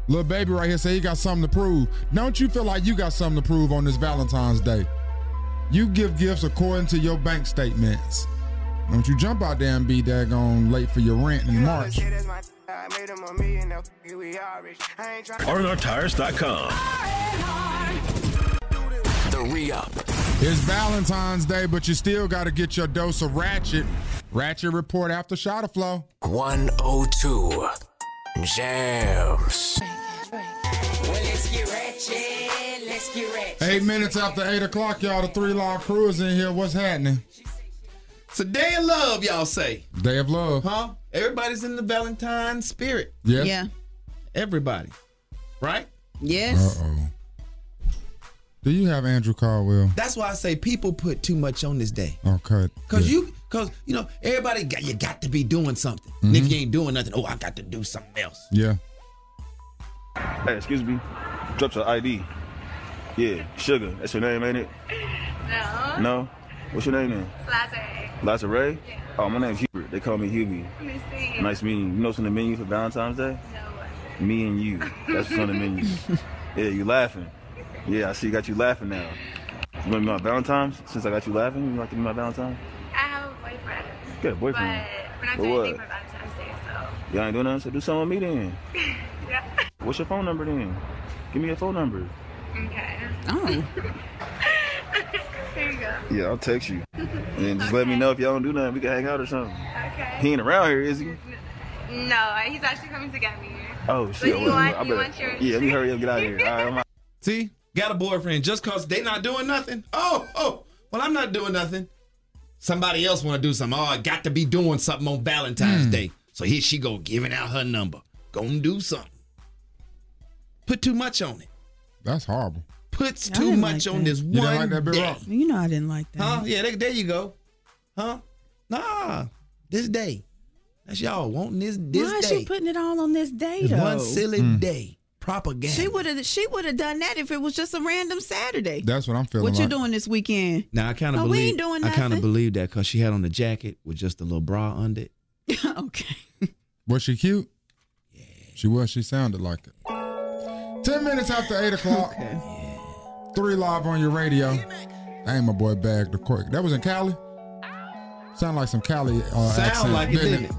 Little baby right here say he got something to prove. Don't you feel like you got something to prove on this Valentine's Day? You give gifts according to your bank statements. Don't you jump out there and be daggone late for your rent in March.
RNRtires.com. The re-up.
It's Valentine's Day, but you still gotta get your dose of ratchet. Ratchet report after Shotta Flow.
102. Jams.
let's get ratchet. Let's get ratchet.
Eight minutes after eight o'clock, y'all. The three live crew is in here. What's happening?
It's a day of love, y'all say.
Day of love.
Huh? Everybody's in the Valentine spirit.
Yes. Yeah.
Everybody. Right?
Yes.
Uh-oh. Do you have Andrew Caldwell?
That's why I say people put too much on this day.
Okay.
Cause you cause you know, everybody got you got to be doing something. And if you ain't doing nothing, oh I got to do something else.
Yeah.
Hey, excuse me. Drop your ID. Yeah, Sugar. That's your name, ain't it?
No.
No? What's your name then?
Slide
Liza Ray? Oh, my name's Hubert. Bird. They call me Hubie.
Let me see you.
Nice meeting you. You know what's on the menu for Valentine's Day? No. Me and you. That's what's on the menu. yeah, you laughing. Yeah, I see you got you laughing now. You want to be my Valentine's? Since I got you laughing, you like to be my Valentine?
I have a boyfriend.
Good boyfriend.
But we're not doing
But
anything for
what?
Valentine's Day, so.
Y'all ain't doing nothing, so do something with me then.
yeah.
What's your phone number then? Give me your phone number.
Okay.
Oh.
there you go.
Yeah, I'll text you. And just let me know if y'all don't do nothing. We can hang out or something.
Okay.
He ain't around here, is he?
No, he's actually coming to get me.
Oh, shit.
you
well,
want-
I
you
better-
want your-
Yeah, let me hurry up get out of here. All right, I'm out.
See, got a boyfriend just cause they not doing nothing. Oh, oh, well I'm not doing nothing. Somebody else want to do something. Oh, I got to be doing something on Valentine's Day. So here she go giving out her number. Gonna do something. Put too much on it.
That's horrible.
Puts too much on this
You didn't
one
like that, Big
day.
Rock?
You know I didn't like that.
Huh? Yeah, there, there you go. Huh? Nah, this day. That's y'all wanting this this
Why is
day.
she putting it all on this day
It's
though?
one silly day. Propaganda.
She would have. She would have done that if it was just a random Saturday.
That's what I'm
what you doing this weekend?
Now I kind of
Oh, we
believe
ain't doing
I kind
nothing.
of believe that because she had on a jacket with just a little bra under it.
Was she cute? She was. She sounded like it. Ten minutes after eight o'clock. Three live on your radio. Ain't my boy bagged the cork. That was in Cali. Sound like some Cali uh,
Sound
accent,
like it,
didn't it?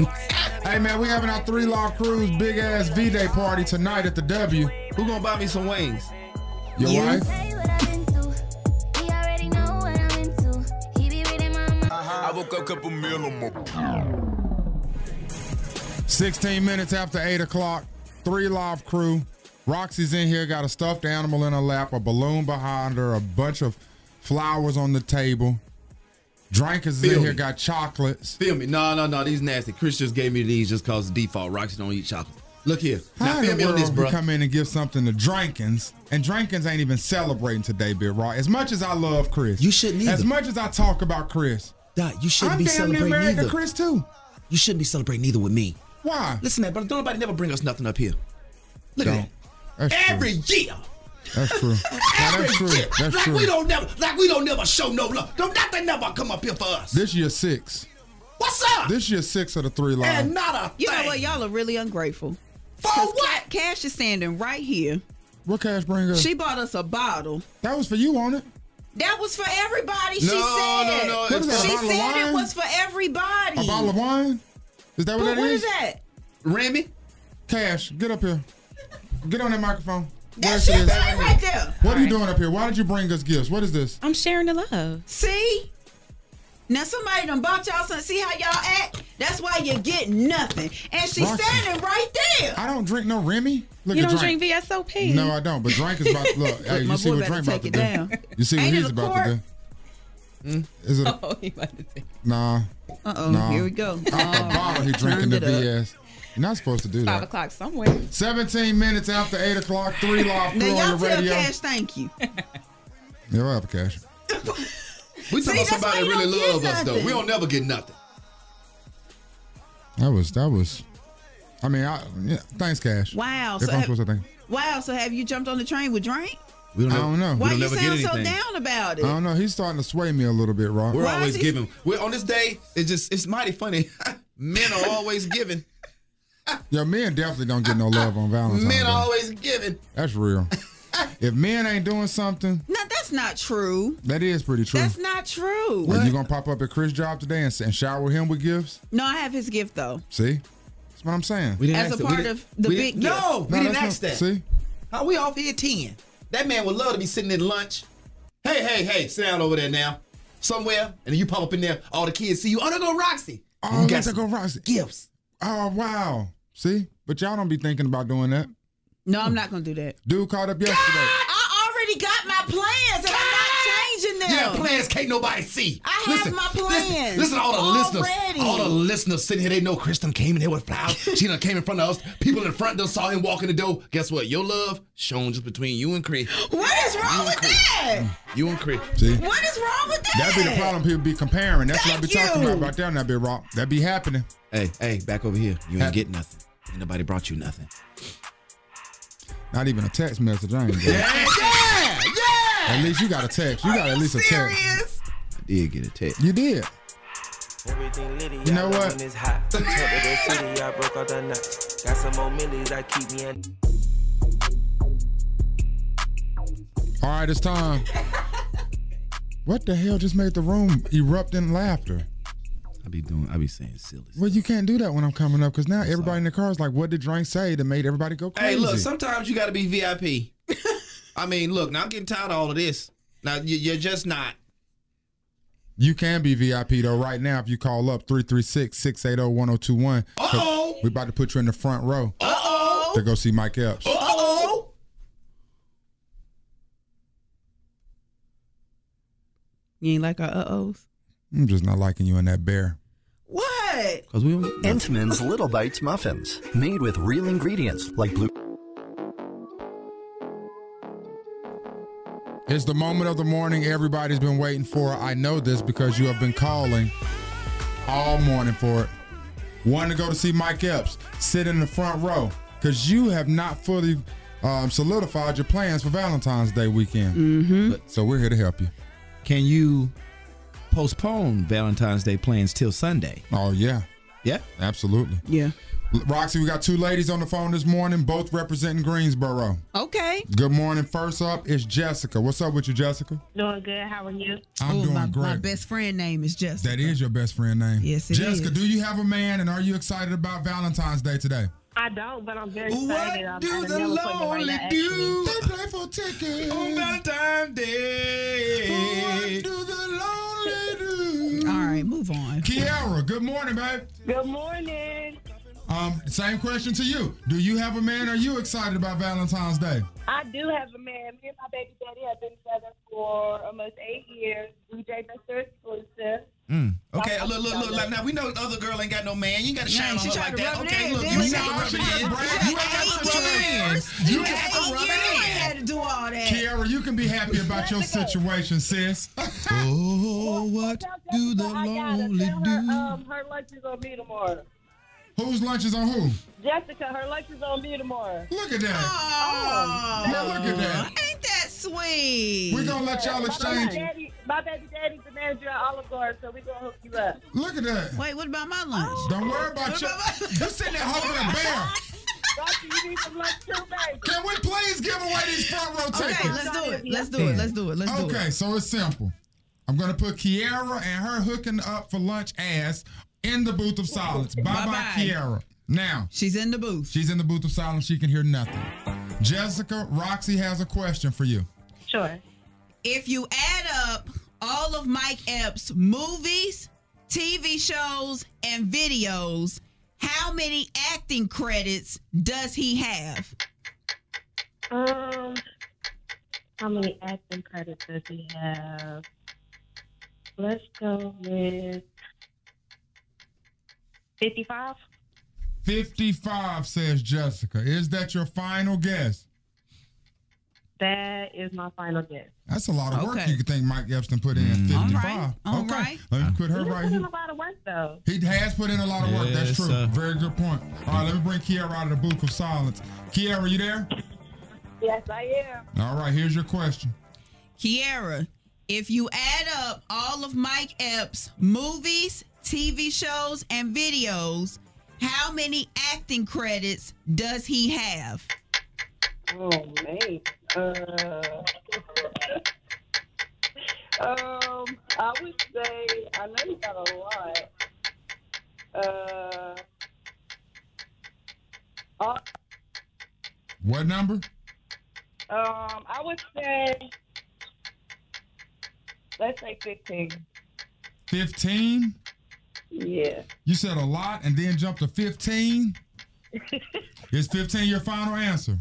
Yeah. hey man, we having our three live cruise big ass V Day party tonight at the W.
Who gonna buy me some wings?
Your wife.
He already know what I'm into. He be reading my mind.
I woke up, couple meal on my.
16 minutes after 8 o'clock, three live crew. Roxy's in here, got a stuffed animal in her lap, a balloon behind her, a bunch of flowers on the table. Drank is in
Feel
here,
me.
got chocolates.
Feel me? No, no, no. These nasty. Chris just gave me these just cause default. Roxy don't eat chocolate. Look here. Now
How
feel
in
me
the
on
world
this,
we
bro.
come in and give something to Drankins, and Drankins ain't even celebrating today, Big Raw. As much as I love Chris, you shouldn't. As
either.
much as I talk about Chris,
Dot, you shouldn't
I'm
be
damn near
celebrating
married to
either.
Chris too.
You shouldn't be celebrating either with me.
Why?
Listen, man, but don't nobody never bring us nothing up here. Look at
that.
Every year.
That's true. Now, that's true.
Every year.
That's
like
true.
we don't never like we don't never show no love. Don't nothing never come up here for us.
This year six.
What's up?
This year six of the three live.
And not a
You know what? Y'all are really ungrateful.
For
what? Cash is standing right here.
What cash bring her?
She bought us a bottle.
That was for you on it.
That was for everybody. she
No, no,
said.
no, What it's is that, a
She
bottle of
said it
wine?
was for everybody.
A bottle of wine? Is that what
But
that is?
what is that?
Remy?
Cash, get up here. Get on that microphone.
That's
Where
your
it is.
thing right there.
What are you doing up here? Why did you bring us gifts? What is this?
I'm sharing the love. See? Now somebody done bought y'all some. See how y'all act? That's why you get nothing. And she's
Roxy.
standing right there.
I don't drink no Remy. Look
You
at
don't
drink.
drink VSOP.
No, I don't. But drink is about to look. hey,
My
you see
boy
what
better
drink about to
take
do?
it down.
You see what
Ain't it
he's
a
about
quart?
to do? Is it? A,
Oh,
Nah.
Uh-oh,
Nah.
here we go.
Out the
All
bottle, he
right,
drinking
turned
the
Oh. it up.
BS. You're not supposed to do
Five
that.
o'clock somewhere.
17 minutes after 8 o'clock, 3 live crew
Now
on
y'all
the
tell
radio.
Cash thank you.
Yeah, we'll have a cash.
We
See,
talking
that's
about
why
somebody
you
really
don't get
love us though.
nothing.
We don't never get nothing.
That was, that was, I mean, I, yeah, thanks, Cash.
Wow.
If
So
I'm
have,
supposed to think.
wow. So have you jumped on the train with drink?
We don't I don't know.
Why you sound so down about
I
it?
don't know. He's starting to sway me a little bit, Rock.
We're always giving. We're on this day. It's just it's mighty funny. Men are always giving.
Yo, men definitely don't get no love on Valentine's
Men
Day.
are always giving.
That's real. if men ain't doing something,
No, that's not true.
that is pretty true.
That's not true.
Are you gonna pop up at Chris' job today and, and shower him with gifts?
No, I have his gift though.
See, that's what I'm saying.
didn't As ask a that. We part didn't- of the we big didn't- gift.
No, we didn't
that's
ask that.
See,
How we off here ten? That man would love to be sitting at lunch. Hey, hey, hey, sit down over there now, somewhere, and you pop up in there. All the kids see you. Oh, there go Roxy.
oh,
you
that's a
some
go Roxy.
gifts.
Oh wow. See, but y'all don't be thinking about doing that.
No, I'm not gonna do that.
Dude called up yesterday.
I already got my plans and I'm not changing them.
Yeah, plans can't nobody see.
I have my plans
Listen, listen to all the
already.
listeners. All the listeners sitting here, they know Kristen came in here with flowers. she done came in front of us. People in front done saw him walk in the door. Guess what? Your love shown just between you and Chris.
What is wrong with that?
You and Chris.
See,
What is wrong with that?
that be the problem. People be comparing. That's what I be
Thank
talking about
you.
right there. That be Rock. That be happening.
Hey, hey, back over here. You ain't get nothing. Ain't nobody brought you nothing.
Not even a text message. I ain't getting it.
Yeah, yeah.
At least you got a text. You got at least a text.
I did get a text.
You did.
Everything litty,
You know
I love
what?
when it's hot. Turned to the city, I broke all the knots. Got some more millies, I keep me in.
All right, it's time. what the hell just made the room erupt in laughter?
I be doing. I be saying silly.
Well, you can't do that when I'm coming up because now everybody in the car is like, "What did Drake say that made everybody go crazy?"
Hey, look, sometimes you got to be VIP. I mean, look, now I'm getting tired of all of this. Now you- you're just not.
You can be VIP though right now if you call up oh, 336-680-1021. 'Cause
Uh-oh.
We about to put you in the front row
Uh-oh.
to go see Mike Epps.
Oh. Uh-oh.
You ain't like our uh ohs.
I'm just not liking you in that bear.
What?
Cause we
Entman's Little Bites muffins, made with real ingredients like blue.
It's the moment of the morning everybody's been waiting for. I know this because you have been calling all morning for it. Wanting to go to see Mike Epps, sit in the front row because you have not fully um, solidified your plans for Valentine's Day weekend. Mm-hmm. So we're here to help you.
Can you postpone Valentine's Day plans till Sunday?
Oh yeah,
yeah,
absolutely.
Yeah,
Roxy, we got two ladies on the phone this morning, both representing Greensboro.
Okay.
Good morning. First up is Jessica. What's up with you, Jessica?
Doing good. How are you?
I'm doing
Oh, my,
great.
My best friend name is Jessica.
That is your best friend name.
Yes, it
Jessica,
is.
do you have a man and are you excited about Valentine's Day today?
I don't, but I'm very
What
excited. I'm
do
at
the
another appointment right
lonely
now, actually.
do?
They play for tickets.
On Valentine's Day.
All right, move on.
Kiara, good morning, babe.
Good morning.
Um, same question to you. Do you have a man? Are you excited about Valentine's Day?
I do have a man. Me and my baby daddy have been together for almost eight years. DJ Mr. Exclusive.
Okay, look, look, look. Like, now we know the other girl ain't got no man. You ain't got to shine
Man,
on
she
her
tried
like
to
that.
rub it
Okay,
in,
look,
didn't
you
she?
ain't got to
She
rub it in.
tried
to-
You ain't got to rub it in.
You
Eight
can,
years, I had to do all that.
Kiara, you can be happy about your situation, sis.
Oh, what do the lonely
Tell her
uh,
um her lunch is on me tomorrow.
Whose lunch is on who?
Jessica, her lunch is on me tomorrow.
Look at that.
Oh,
Now look at that.
ain't that sweet?
We're gonna let y'all
My baby,
exchange.
daddy, my baby daddy's the manager at Olive Garden, so we gonna hook you up.
Look at that.
Wait, what about my lunch?
Don't worry about your. You sitting there hugging a bear.
Rocky, you need some lunch too, baby.
Can we please give away these front row tickets?
Okay, let's do it. Let's do it. Let's do it. Let's do it.
Okay, so it's simple. I'm gonna put Kiara and her hooking up for lunch ass in the booth of silence. Bye bye,
Bye-bye.
Kiara. Now
she's in the booth.
She's in the booth of silence. She can hear nothing. Jessica, Roxy has a question for you.
Sure.
If you add up all of Mike Epps' movies, TV shows, and videos, how many acting credits does he have?
Um, how many acting credits does he have? Let's go with fifty-five.
55 says Jessica. Is that your final guess?
That is my final guess.
That's a lot of work
Okay. Mm-hmm.
you could think Mike Epps put in. 55.
all
okay.
right.
Let me put her
You're
right
putting
here.
a lot of work though.
He has put in a lot of work. That's
Yes,
true.
sir.
Very good point. All right, let me bring Kiara out of the booth of silence. Kiara, you there?
Yes, I am.
All right, here's your question.
Kiara, if you add up all of Mike Epps' movies, TV shows, and videos, how many acting credits does he have?
Oh man. Uh, um, I would say I know you got a lot. Uh, uh,
What number?
um, I would say let's say fifteen.
15?
Yeah.
You said a lot and then jumped to 15? Is 15 your final answer?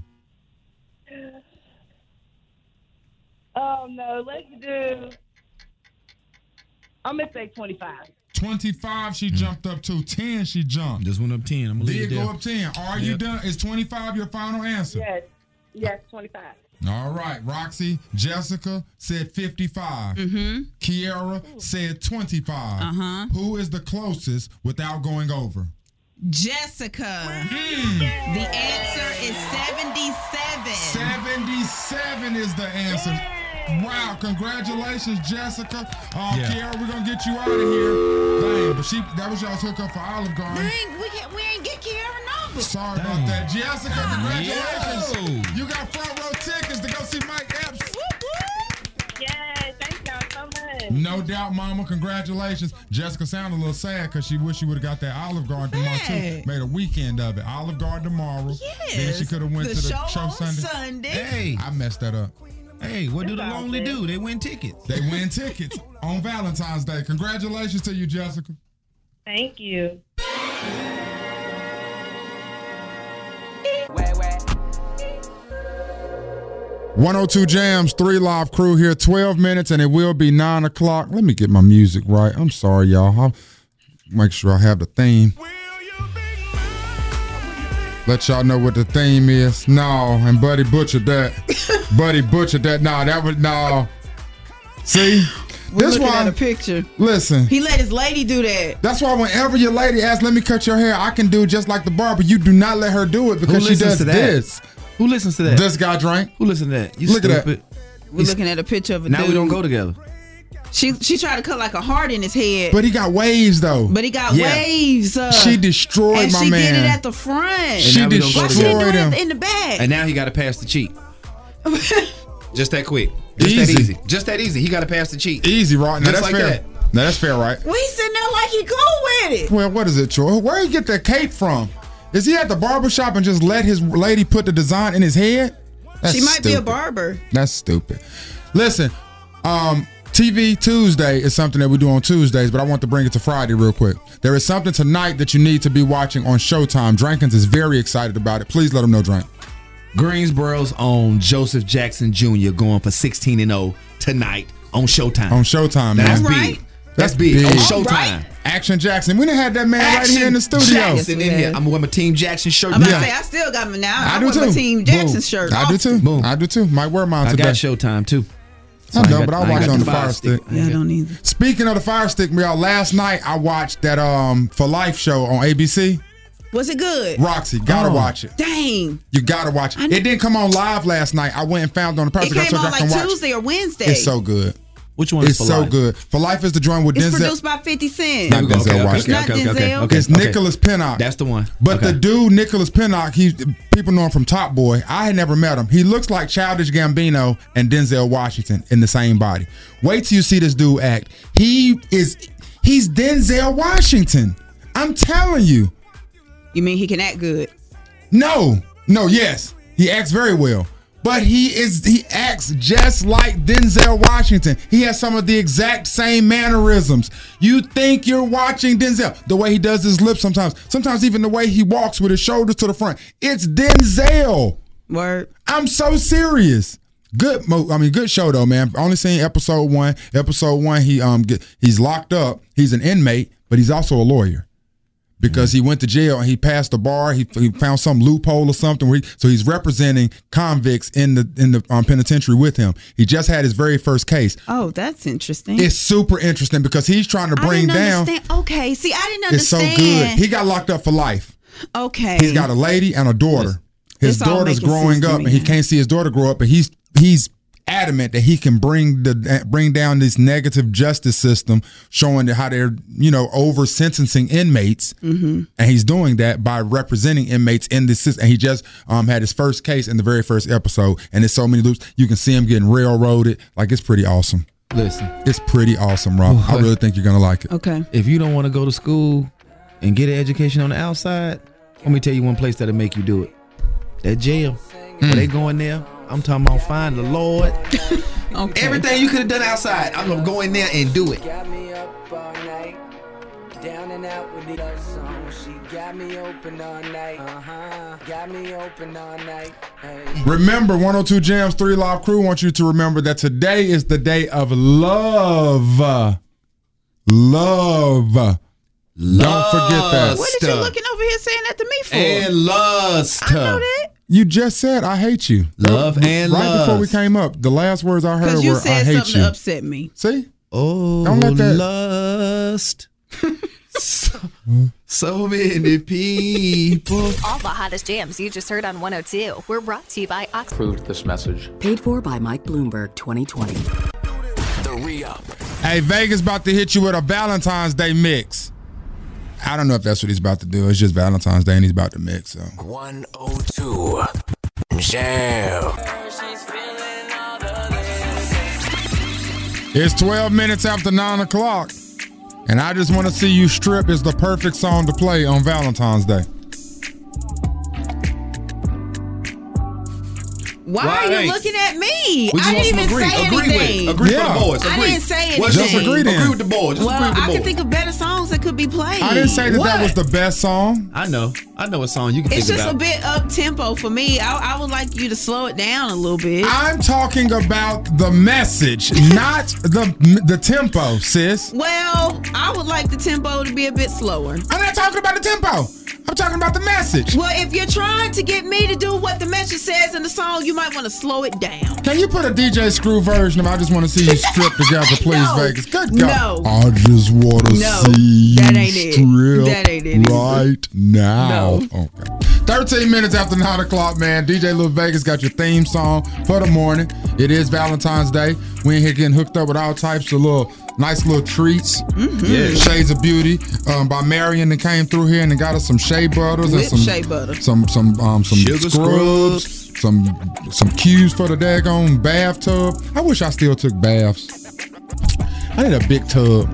Oh no, let's do. I'm gonna say twenty-five.
25, she jumped up to 10, she jumped.
Mm. Just went up 10. I'm going to leave
Did
it
go
there.
up 10. Are you
Yep.
done? Is 25 your final answer?
Yes, yes, twenty-five.
All right, Roxy, Jessica said 55. Mm-hmm. Kiara said 25.
Uh-huh.
Who is the closest without going over?
Jessica. The answer is 77.
77 is the answer. Wow, congratulations, Jessica. Uh,
Yeah.
Kiara, we're going to get you out of here. Thanks. Yeah, but she that was y'all's hookup for Olive Garden.
Dang, we can't, we ain't get Kiara Nova.
Sorry about that. Jessica, congratulations. You got front row tickets to go see Mike Epps.
Yes, thank y'all so much.
No doubt, Mama. Congratulations. Jessica sounded a little sad because she wished she would have got that Olive Garden tomorrow too.
Sad.
Made a weekend of it. Olive Garden tomorrow. Yes. Then she could have went
The
to the
show
show
on
Sunday.
Sunday.
Hey, I messed that up.
Hey, what do the lonely do? They win tickets.
They win tickets on Valentine's Day. Congratulations to you, Jessica.
Thank you.
Wait, wait.
102 Jams, three live crew here, 12 minutes, and it will be 9 o'clock. Let me get my music right. I'm sorry, y'all. I'll make sure I have the theme. Let y'all know what the theme is. No, and Buddy butchered that. Buddy butchered that. No, that was, no. See?
We're looking at a picture.
Listen.
He let his lady do that.
That's why whenever your lady asks, "Let me cut your hair," I can do just like the barber. You do not let her do it because she
listens
does
to that?
this.
Who listens to that?
This guy drank.
Who listens to that? You
Look at that.
stupid.
We're looking at a picture of a
Now
dude.
we don't go together.
She she tried to cut like a heart in his head.
But he got waves though.
But he got
Yeah.
waves. Uh,
She destroyed
and
my
she
man.
did it at the front.
And now we don't go
Why she
together.
do it
Destroyed him.
in the back?
And now he got to pass the cheat. Just that quick. Just that easy. E- Just that easy. He got to pass the cheat.
Easy, right? Now
Just
that's
like
fair.
that.
Now that's fair, right?
we sitting there like he cool with it.
Well, what is it, Troy? Where he get that cape from? Is he at the barber shop and just let his lady put the design in his head? That's
she might be a
stupid.
barber.
That's stupid. Listen, um, TV Tuesday is something that we do on Tuesdays, but I want to bring it to Friday real quick. There is something tonight that you need to be watching on Showtime. Drankins is very excited about it. Please let him know, Drank.
Greensboro's own Joseph Jackson Jr. going for 16 and 0 tonight on Showtime.
On Showtime,
Now, That's
man. All right.
big. That's big. On Showtime.
Action Jackson. We done had that man right here in the studio.
Jackson in here. I'm wearing my Team Jackson shirt.
I'm about
now.
to say I still got my now. I,
I, do
wear
too.
my Team Jackson
Boom.
shirt.
I do too. Boom. I do too. Might wear mine
I
today.
got Showtime too. So
I know,
ain't
but
got-
I
ain't
watch
got
it on
the
the
Fire
Fire
Stick.
Stick.
Yeah, I don't
either.
Speaking of the Fire Stick, y'all, last night I watched that um for life show on ABC.
Was it good?
Roxy, gotta
Oh.
watch it.
Dang.
You gotta watch it. It didn't come on live last night. I went and found it on the
It
Perfect. I
came
told you
on
I can
like
watch.
Tuesday or Wednesday.
It's so good.
Which
one is
It's
For
so
Life?
good. For life is the joint with
It's
Denzel.
produced by 50 Cent.
Not Denzel Washington.
okay,
okay, It's not okay, okay, Denzel? okay,
It's
okay.
Nicholas Pinnock.
That's the one.
But
Okay.
the dude Nicholas Pinnock, he people know him from Top Boy. I had never met him. He looks like Childish Gambino and Denzel Washington in the same body. Wait till you see this dude act. He is he's Denzel Washington. I'm telling you.
You mean he can act good?
No. No, yes. He acts very well. But he is he acts just like Denzel Washington. He has some of the exact same mannerisms. You think you're watching Denzel. The way he does his lips sometimes. Sometimes even the way he walks with his shoulders to the front. It's Denzel.
Word.
I'm so serious. Good mo- I mean good show though, man. Only seen episode 1. Episode 1 he um get, he's locked up. He's an inmate, but he's also a lawyer because he went to jail and he passed the bar. He, he found some loophole or something. Where he, so he's representing convicts in the in the um, penitentiary with him. He just had his very first case.
Oh, that's interesting.
It's super interesting because he's trying to
I
bring
didn't
down.
understand. Okay, see, I didn't
It's so
understand.
good. He got locked up for life.
okay.
He's got a lady and a daughter. His
This all
daughter's
making
growing
sense to
up,
me
and he
now.
can't see his daughter grow up. But he's he's adamant that he can bring the bring down this negative justice system, showing that how they're you know over sentencing inmates,
Mm-hmm.
and he's doing that by representing inmates in this system. And he just um, had his first case in the very first episode, and there's so many loops. You can see him getting railroaded. Like it's pretty awesome.
Listen.
It's pretty awesome, Rob. I really think you're gonna like it.
Okay.
If you don't want to go to school and get an education on the outside, let me tell you one place that'll make you do it. That jail.
Hmm.
Where they going there? I'm talking about find the Lord.
Okay.
Everything you could have done outside, I'm gonna go in there and do it.
Got me up all night. Down and out with the love song. She got me open all night. Uh-huh. Got me open all night. Hey.
Remember, 102 Jams 3 Live Crew want you to remember that today is the day of love. Love. Don't forget that.
What is you looking over here saying that to me for?
And
lust.
I know that.
You just said, I hate you.
Love and
right Right before we
lust.
came up, the last words I heard
Because you
were, I
said
hate
something
you.
to upset me.
See?
Oh,
Don't let that-
lust. so, so many people.
All the hottest jams you just heard on 102 were brought to you by Ox.
Approved this message.
Paid for by Mike Bloomberg 2020.
The re up.
Hey, Vegas about to hit you with a Valentine's Day mix. I don't know if that's what he's about to do. It's just Valentine's Day and he's about to mix. So
102 Jam.
it's 12 minutes after nine o'clock, and I just want to see you strip is the perfect song to play on Valentine's Day.
Why
Why
are
ain't-
you looking at me?
We just
I
want
didn't
some
even
agree-
say
agree with it.
anything.
Agree for the Yeah. boys.
I
Agree.
didn't say anything.
Well, just agree then. Agree with the boys. Just
well,
agree with the
I can
boys.
think of better songs that could be played.
I didn't say that that
What?
was the best song.
I know. I know a song you can
It's
think
just
about.
a bit up tempo for me. I, I would like you to slow it down a little bit.
I'm talking about the message, not the the tempo, sis.
Well, I would like the tempo to be a bit slower.
I'm not talking about the tempo. I'm talking about the message.
Well, if you're trying to get me to do what the message says in the song, you might want to slow it down.
Can you put a DJ Screw version of "I Just Want to See You Strip" together, please,
No.
Vegas? Good God!
No.
I just want to
No.
see
That
you
ain't it.
strip
That ain't it either.
right now.
No.
Okay. Thirteen minutes after nine o'clock, man. DJ Lil Vegas got your theme song for the morning. It is Valentine's Day. We in here getting hooked up with all types of little nice little treats.
Mm-hmm.
Yes.
Shades of Beauty um, by Marion that came through here and got us some shea butters and
Whipped
some
shea butter.
some some um, some
Sugar
scrubs, some some cues for the daggone bathtub. I wish I still took baths. I need a big tub,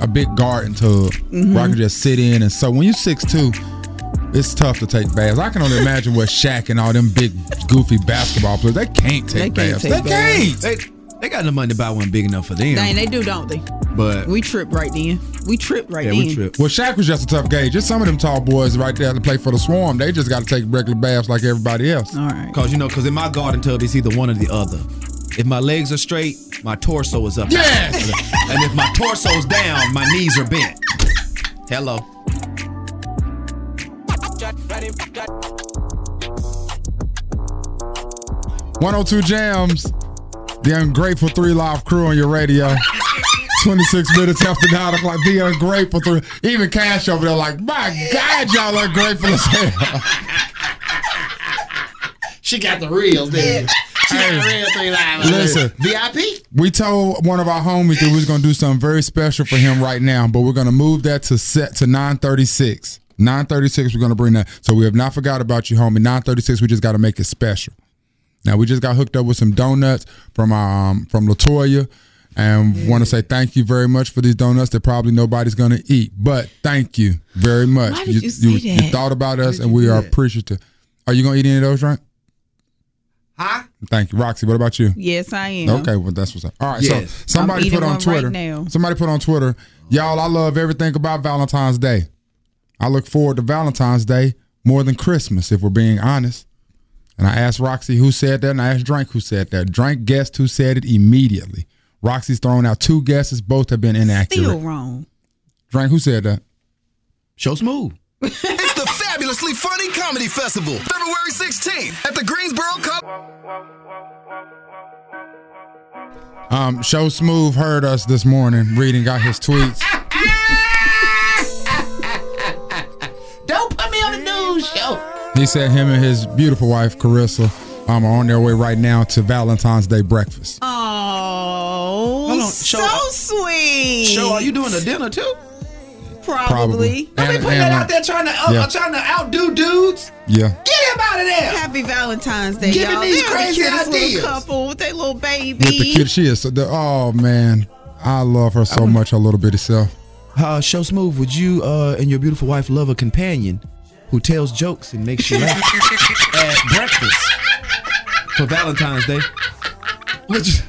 a big garden tub where I could just sit in and so. When you're six two, it's tough to take baths. I can only imagine what Shaq and all them big goofy basketball players they can't take baths. they can't.
They, they got the money to buy one big enough for them.
Dang, they do, don't they?
but
We trip right then. We trip right
Yeah,
then.
we trip. Well, Shaq was just a tough gauge. Just some of them tall boys right there to play for the Swarm. They just got to take regular baths like everybody else.
All right.
Cause you know, cause in my garden tub, it's either one or the other. If my legs are straight, my torso is up.
Yes.
and if my torso's down, my knees are bent. Hello.
One hundred two jams. The Ungrateful Three Live Crew on your radio. Twenty six minutes after nine o'clock. The Ungrateful Three. Even Cash over there, like my God, y'all ungrateful as hell.
She got the reels, dude. She got the
Hey,
real three live.
listen.
VIP.
We told one of our homies that we was gonna do something very special for him right now, but we're gonna move that to set to 936. 936, we're gonna bring that. So we have not forgot about you, homie. 936, we just gotta make it special. Now we just got hooked up with some donuts from um from Latoya. And want to say thank you very much for these donuts that probably nobody's gonna eat, but thank you very much.
Why did you say that?
you thought about us,
did
and
you
we
do
are
that?
appreciative. Are you gonna eat any of those, right?
Huh?
Thank you, Roxy. What about you?
Yes, I am.
Okay, well that's what's up. All right,
Yes.
so
I'm
somebody
eating
put on
one right
Twitter.
now.
Somebody put on Twitter, y'all. I love everything about Valentine's Day. I look forward to Valentine's Day more than Christmas, if we're being honest. And I asked Roxy who said that, and I asked Drank who said that. Drank guessed who said it immediately. Roxy's thrown out two guesses, both have been inaccurate.
Still wrong.
Drank, who said that?
Show smooth.
It's the fabulously funny comedy festival, February 16th at the Greensboro Cup.
Um, Show Smooth heard us this morning reading out his tweets.
Don't put me on the news show.
He said him and his beautiful wife Carissa um, are on their way right now to Valentine's Day breakfast.
Oh,
Hold on,
so
Sho, uh,
sweet.
Show, are you doing a dinner too?
Probably.
Probably. Don't be And- putting that and- out there
trying to
Yeah.
trying to outdo dudes.
Yeah.
Get him out of there. Happy Valentine's Day,
Giving
y'all.
these
They're the
crazy
cutest little
ideas.
couple with their little baby.
With the kid, she is. So the, oh man, I love her so much. Her little bitty self.
Uh, show smooth. Would you uh, and your beautiful wife love a companion who tells jokes and makes you laugh at breakfast for Valentine's Day? Would you-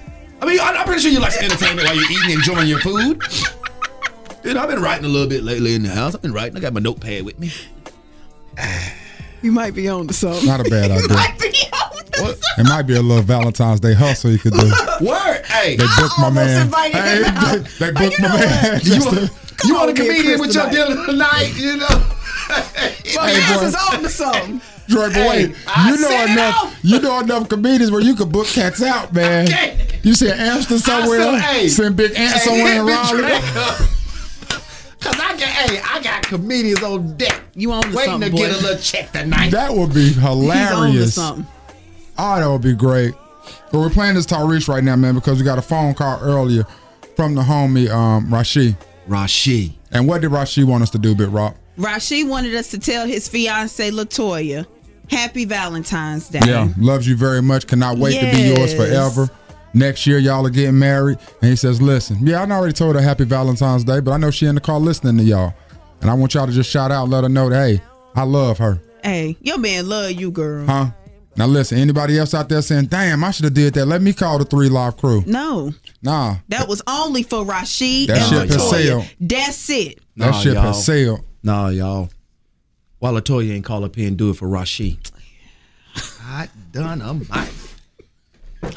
I mean, I- I'm pretty sure you like some entertainment while you're eating, enjoying your food. Dude, I've been writing a little bit lately in the house. I've been writing. I got my notepad with me.
You might be on to
Oh.
something.
Not a bad idea. It might be a little Valentine's Day hustle you could do.
Word. Hey,
They booked my man.
invited
Hey,
him
they,
out.
they booked my man.
You are, you are
on,
the
be a
comedian with your
Christianite.
dinner tonight, you know.
boy.
on to something.
Troy, but wait,
I
you know
said it
enough. You know enough comedians where you could book cats out, man. You see an Amster somewhere,
said, hey,
send Big Ant
hey,
somewhere in
hit me,
Raleigh.
Trey. Cause I got, hey, I got comedians on deck.
You on to
waiting
something,
to
boy.
get a little check tonight?
That would be hilarious.
He's on to something.
Oh, that would be great. But we're playing this Tyrese right now, man, because we got a phone call earlier from the homie um, Rashid.
Rashi.
And what did Rashi want us to do, Bit Rock?
Rashi wanted us to tell his fiance Latoya, Happy Valentine's Day.
Yeah, loves you very much. Cannot wait to be yours
Yes.
forever. Next year, y'all are getting married. And he says, Listen, yeah, I already told her Happy Valentine's Day, but I know she in the car listening to y'all. And I want y'all to just shout out, let her know that, hey, I love her.
Hey, your man love you, girl.
Huh? Now listen, anybody else out there saying, damn, I should have did that. Let me call the three live crew.
No.
Nah.
That was only for Rashid
That
and
ship has sailed.
Latoya. That's it.
That ship has sailed.
Nah, y'all. While Latoya ain't call up here and do it for Rashi.
I done. I'm I,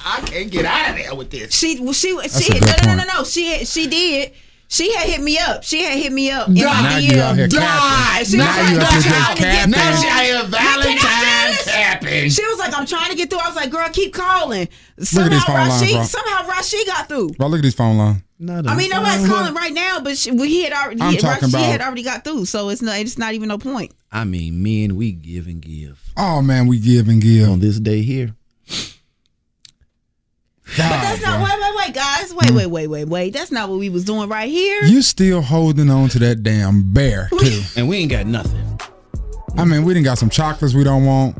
I can't get out of there with this.
She well, she
That's
she
a
had,
good
no, no no
point.
no no she had, she did. She had hit me up. She had hit me up. in
Now
my
you out here
DM.
capping.
She was
Now
like,
you out
"Girl,
here
I'm trying to
just
get
capping.
through."
Now she out here
Now, can I
Valentine's
finish?
capping.
She was like, I'm trying to get through. I was like, girl, keep calling.
at
Somehow
these phone lines,
Rashid,
bro.
somehow Rashid got through.
Bro, look at this phone line.
I mean, nobody's calling right now, but she, well, he had already.
I'm
he-
talking
Rashid
about-
had already got through, so it's not. It's not even no point.
I mean, men, we give and give.
Oh man, we give and give. On
this day here.
But that's not. Wait, wait, wait, guys. Wait, wait, wait, wait, wait. That's not what we was doing right here.
Hmm. You still holding on to that damn bear too.
and we ain't got nothing.
I mean, we didn't got some chocolates we don't want,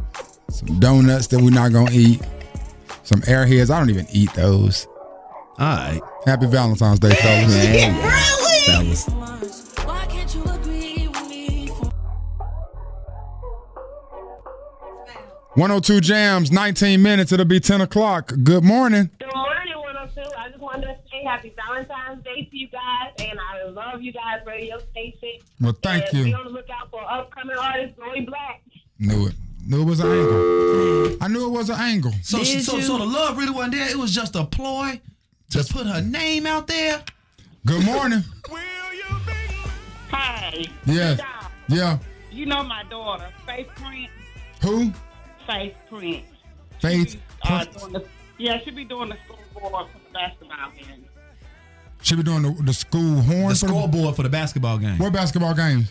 some donuts that we're not gonna eat, some airheads. I don't even eat those.
All right.
Happy Valentine's Day, fellas.
Fellas.
Why can't you agree with me?
102 jams, 19 minutes. It'll be 10 o'clock. Good morning.
Good morning, 102. I just wanted to say happy Valentine's Day to you guys, and I love you guys, radio station.
Well, thank
and Be
you.
on the lookout for upcoming artist, Joey Black.
Knew it. Knew it was an angle. I knew it was an angle.
So, she, so, so the love really wasn't there. It was just a ploy to put her name out there.
Good morning.
Hey.
Yes. Yeah.
You know my daughter, Faith Prince.
Who?
Faith Prince.
Faith.
Uh, doing the, yeah, she be doing the school board for the basketball game.
She be doing the, the school horn.
The scoreboard for the basketball game.
What basketball games?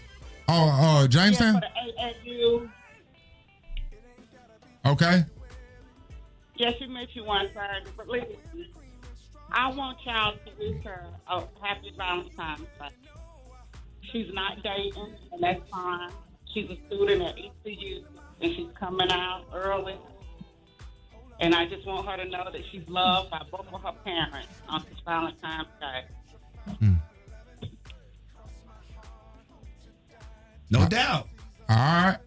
Oh, uh,
Yeah,
Jamestown?
for the AAU.
Okay.
Yeah, she met you one Thursday. But listen, I want y'all to wish her a happy Valentine's Day. She's not dating, and that's fine. She's a student at ECU, and she's coming out early. And I just want her to know that she's loved by both of her parents on this Valentine's Day.
No doubt. All right.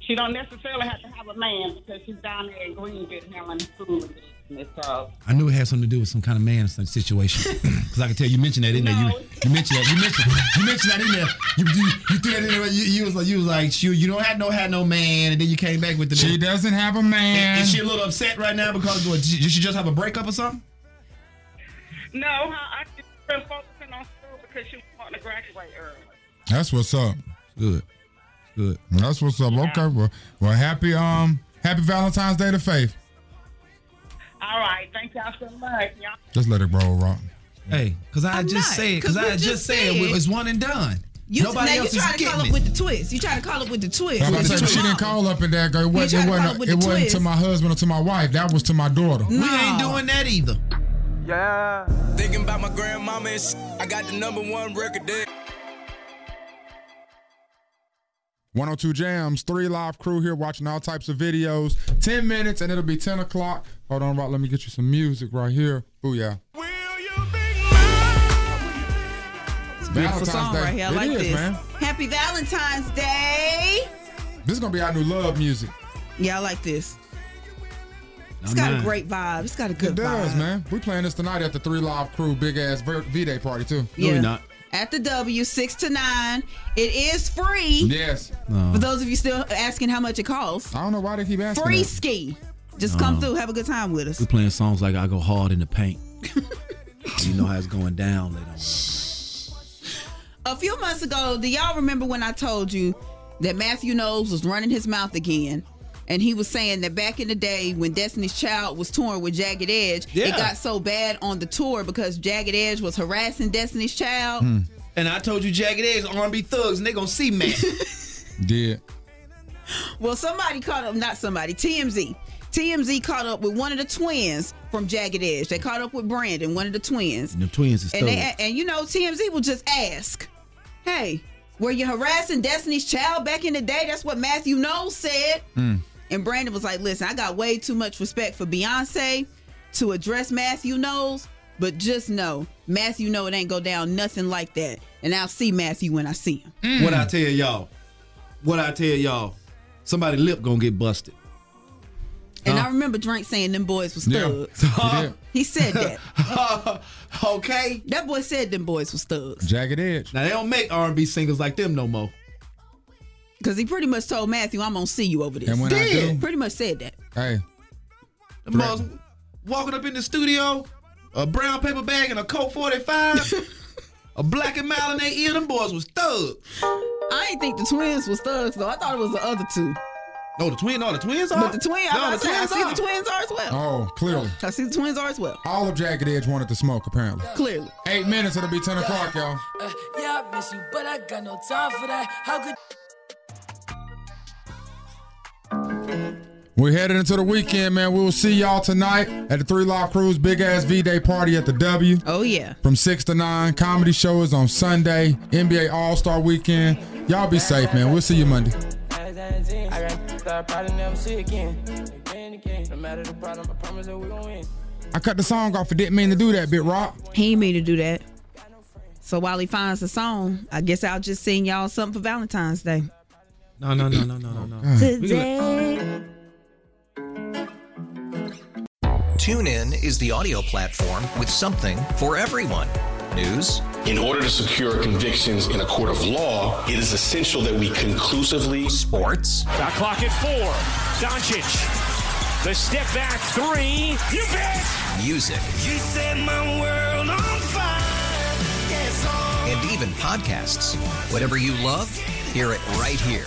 She don't necessarily have to have a man because she's down there in Greenville handling the school. business, So
I knew it had something to do with some kind of man some situation. Because I can tell you mentioned that in there. You, you mentioned that. You mentioned. You mentioned that in there.
You, you, you threw that in there. You, you was like, you was like, shoot, you don't have no had no man, and then you came back with the.
She doesn't have a man.
Is she a little upset right now because what, did she did she just have a breakup or something?
no, I I've just been focusing on school because she wanted to graduate early.
That's what's up.
Good. Good.
That's what's up. Okay. Well, well, happy um, happy Valentine's Day to Faith.
All right, thank y'all so much. Y'all
Just let it roll, Rock.
Hey, because I just said. Because I just said it was one and done.
You
Nobody
now
else
you
is
try to call
getting
up
it.
with the twist. You try to call up with the twist.
I'm about to
It's
say,
your
she didn't
mom.
call up in that. It
You tried
wasn't,
to
it
call
wasn't,
up with
it
the
wasn't to
twist.
my husband or to my wife. That was to my daughter.
We ain't doing that either.
Yeah. Thinking about my grandmama and shit. I got the number one record there.
102 Jams, three live crew here watching all types of videos. 10 minutes and it'll be 10 o'clock. Hold on, Rock. Let me get you some music right here. Ooh, yeah. It's
Beautiful
Valentine's
song
Day.
right here. I
It
like
is,
this.
man.
Happy Valentine's Day.
This is going to be our new love music.
Yeah, I like this. It's
Not
got
mine.
a great vibe. It's got a good
It does,
vibe.
man. we playing this tonight at the Three Live Crew Big Ass Ver- V-Day party, too.
Yeah. At the W, six to nine. It is free.
Yes.
For those of you still asking how much it costs.
I don't know why they keep asking.
Free
that.
ski. Just come
No.
through. Have a good time with us.
We playing songs like I go hard in the paint. you know how it's going down later on.
A few months ago, do y'all remember when I told you that Matthew Knowles was running his mouth again? And he was saying that back in the day when Destiny's Child was touring with Jagged Edge, it
Yeah.
got so bad on the tour because Jagged Edge was harassing Destiny's Child.
And I told you, Jagged Edge R&B thugs, and they gonna see Matt.
Did.
Well, somebody caught him, not somebody, TMZ TMZ caught up with one of the twins from Jagged Edge. They caught up with Brandon, one of the twins.
The twins is
And they and you know TMZ will just ask, "Hey, were you harassing Destiny's Child back in the day?" That's what Matthew Knowles said.
Hmm.
And Brandon was like, "Listen, I got way too much respect for Beyonce to address Matthew Knowles, but just know Matthew know it ain't go down nothing like that, and I'll see Matthew when I see him."
What I tell y'all, what I tell y'all, somebody lip gonna get busted. Oh.
and I remember Drake saying them boys was thugs. He said that.
okay.
That boy said them boys was thugs.
Jagged Edge. Now they don't make R and B singles like them no more.
Because he pretty much told Matthew, I'm going to see you over this.
And when I Did. do-
Pretty much said that.
Hey.
The mother's walking up in the studio, a brown paper bag and a Colt 45, a black and mild in their ear. Them boys was thugs.
I ain't think the twins was thugs, though. I thought it was the other two.
No, the twin, no, the twins are.
But the twin,
No,
I, was
the
about to
twins
say, I see
are.
the twins are as well.
Oh, clearly.
I see the twins are as well.
All of Jagged Edge wanted to smoke, apparently.
Clearly.
Eight minutes, it'll be 10 o'clock, y'all.
Uh, yeah, I miss you, but I got no time for that. How could
We're headed into the weekend, man. We will see y'all tonight at the Three Live Cruise Big Ass V Day party at the W.
Oh, yeah.
From 6 to 9. Comedy show is on Sunday. NBA All Star weekend. Y'all be safe, man. We'll see you Monday.
I got that I probably never see again. Again, again. No matter the problem, I promise that we gon' win.
I cut the song off. I didn't mean to do that, Bit Rock.
He ain't mean to do that. So while he finds the song, I guess I'll just sing y'all something for Valentine's Day.
No, no, no, no, no, no, no.
Today.
TuneIn is the audio platform with something for everyone. News.
In order to secure convictions in a court of law, it is essential that we conclusively.
Sports.
Shot clock at four. Doncic. The step back three. You bet.
Music.
You set my world on fire.
and even podcasts. Whatever you love, hear it right here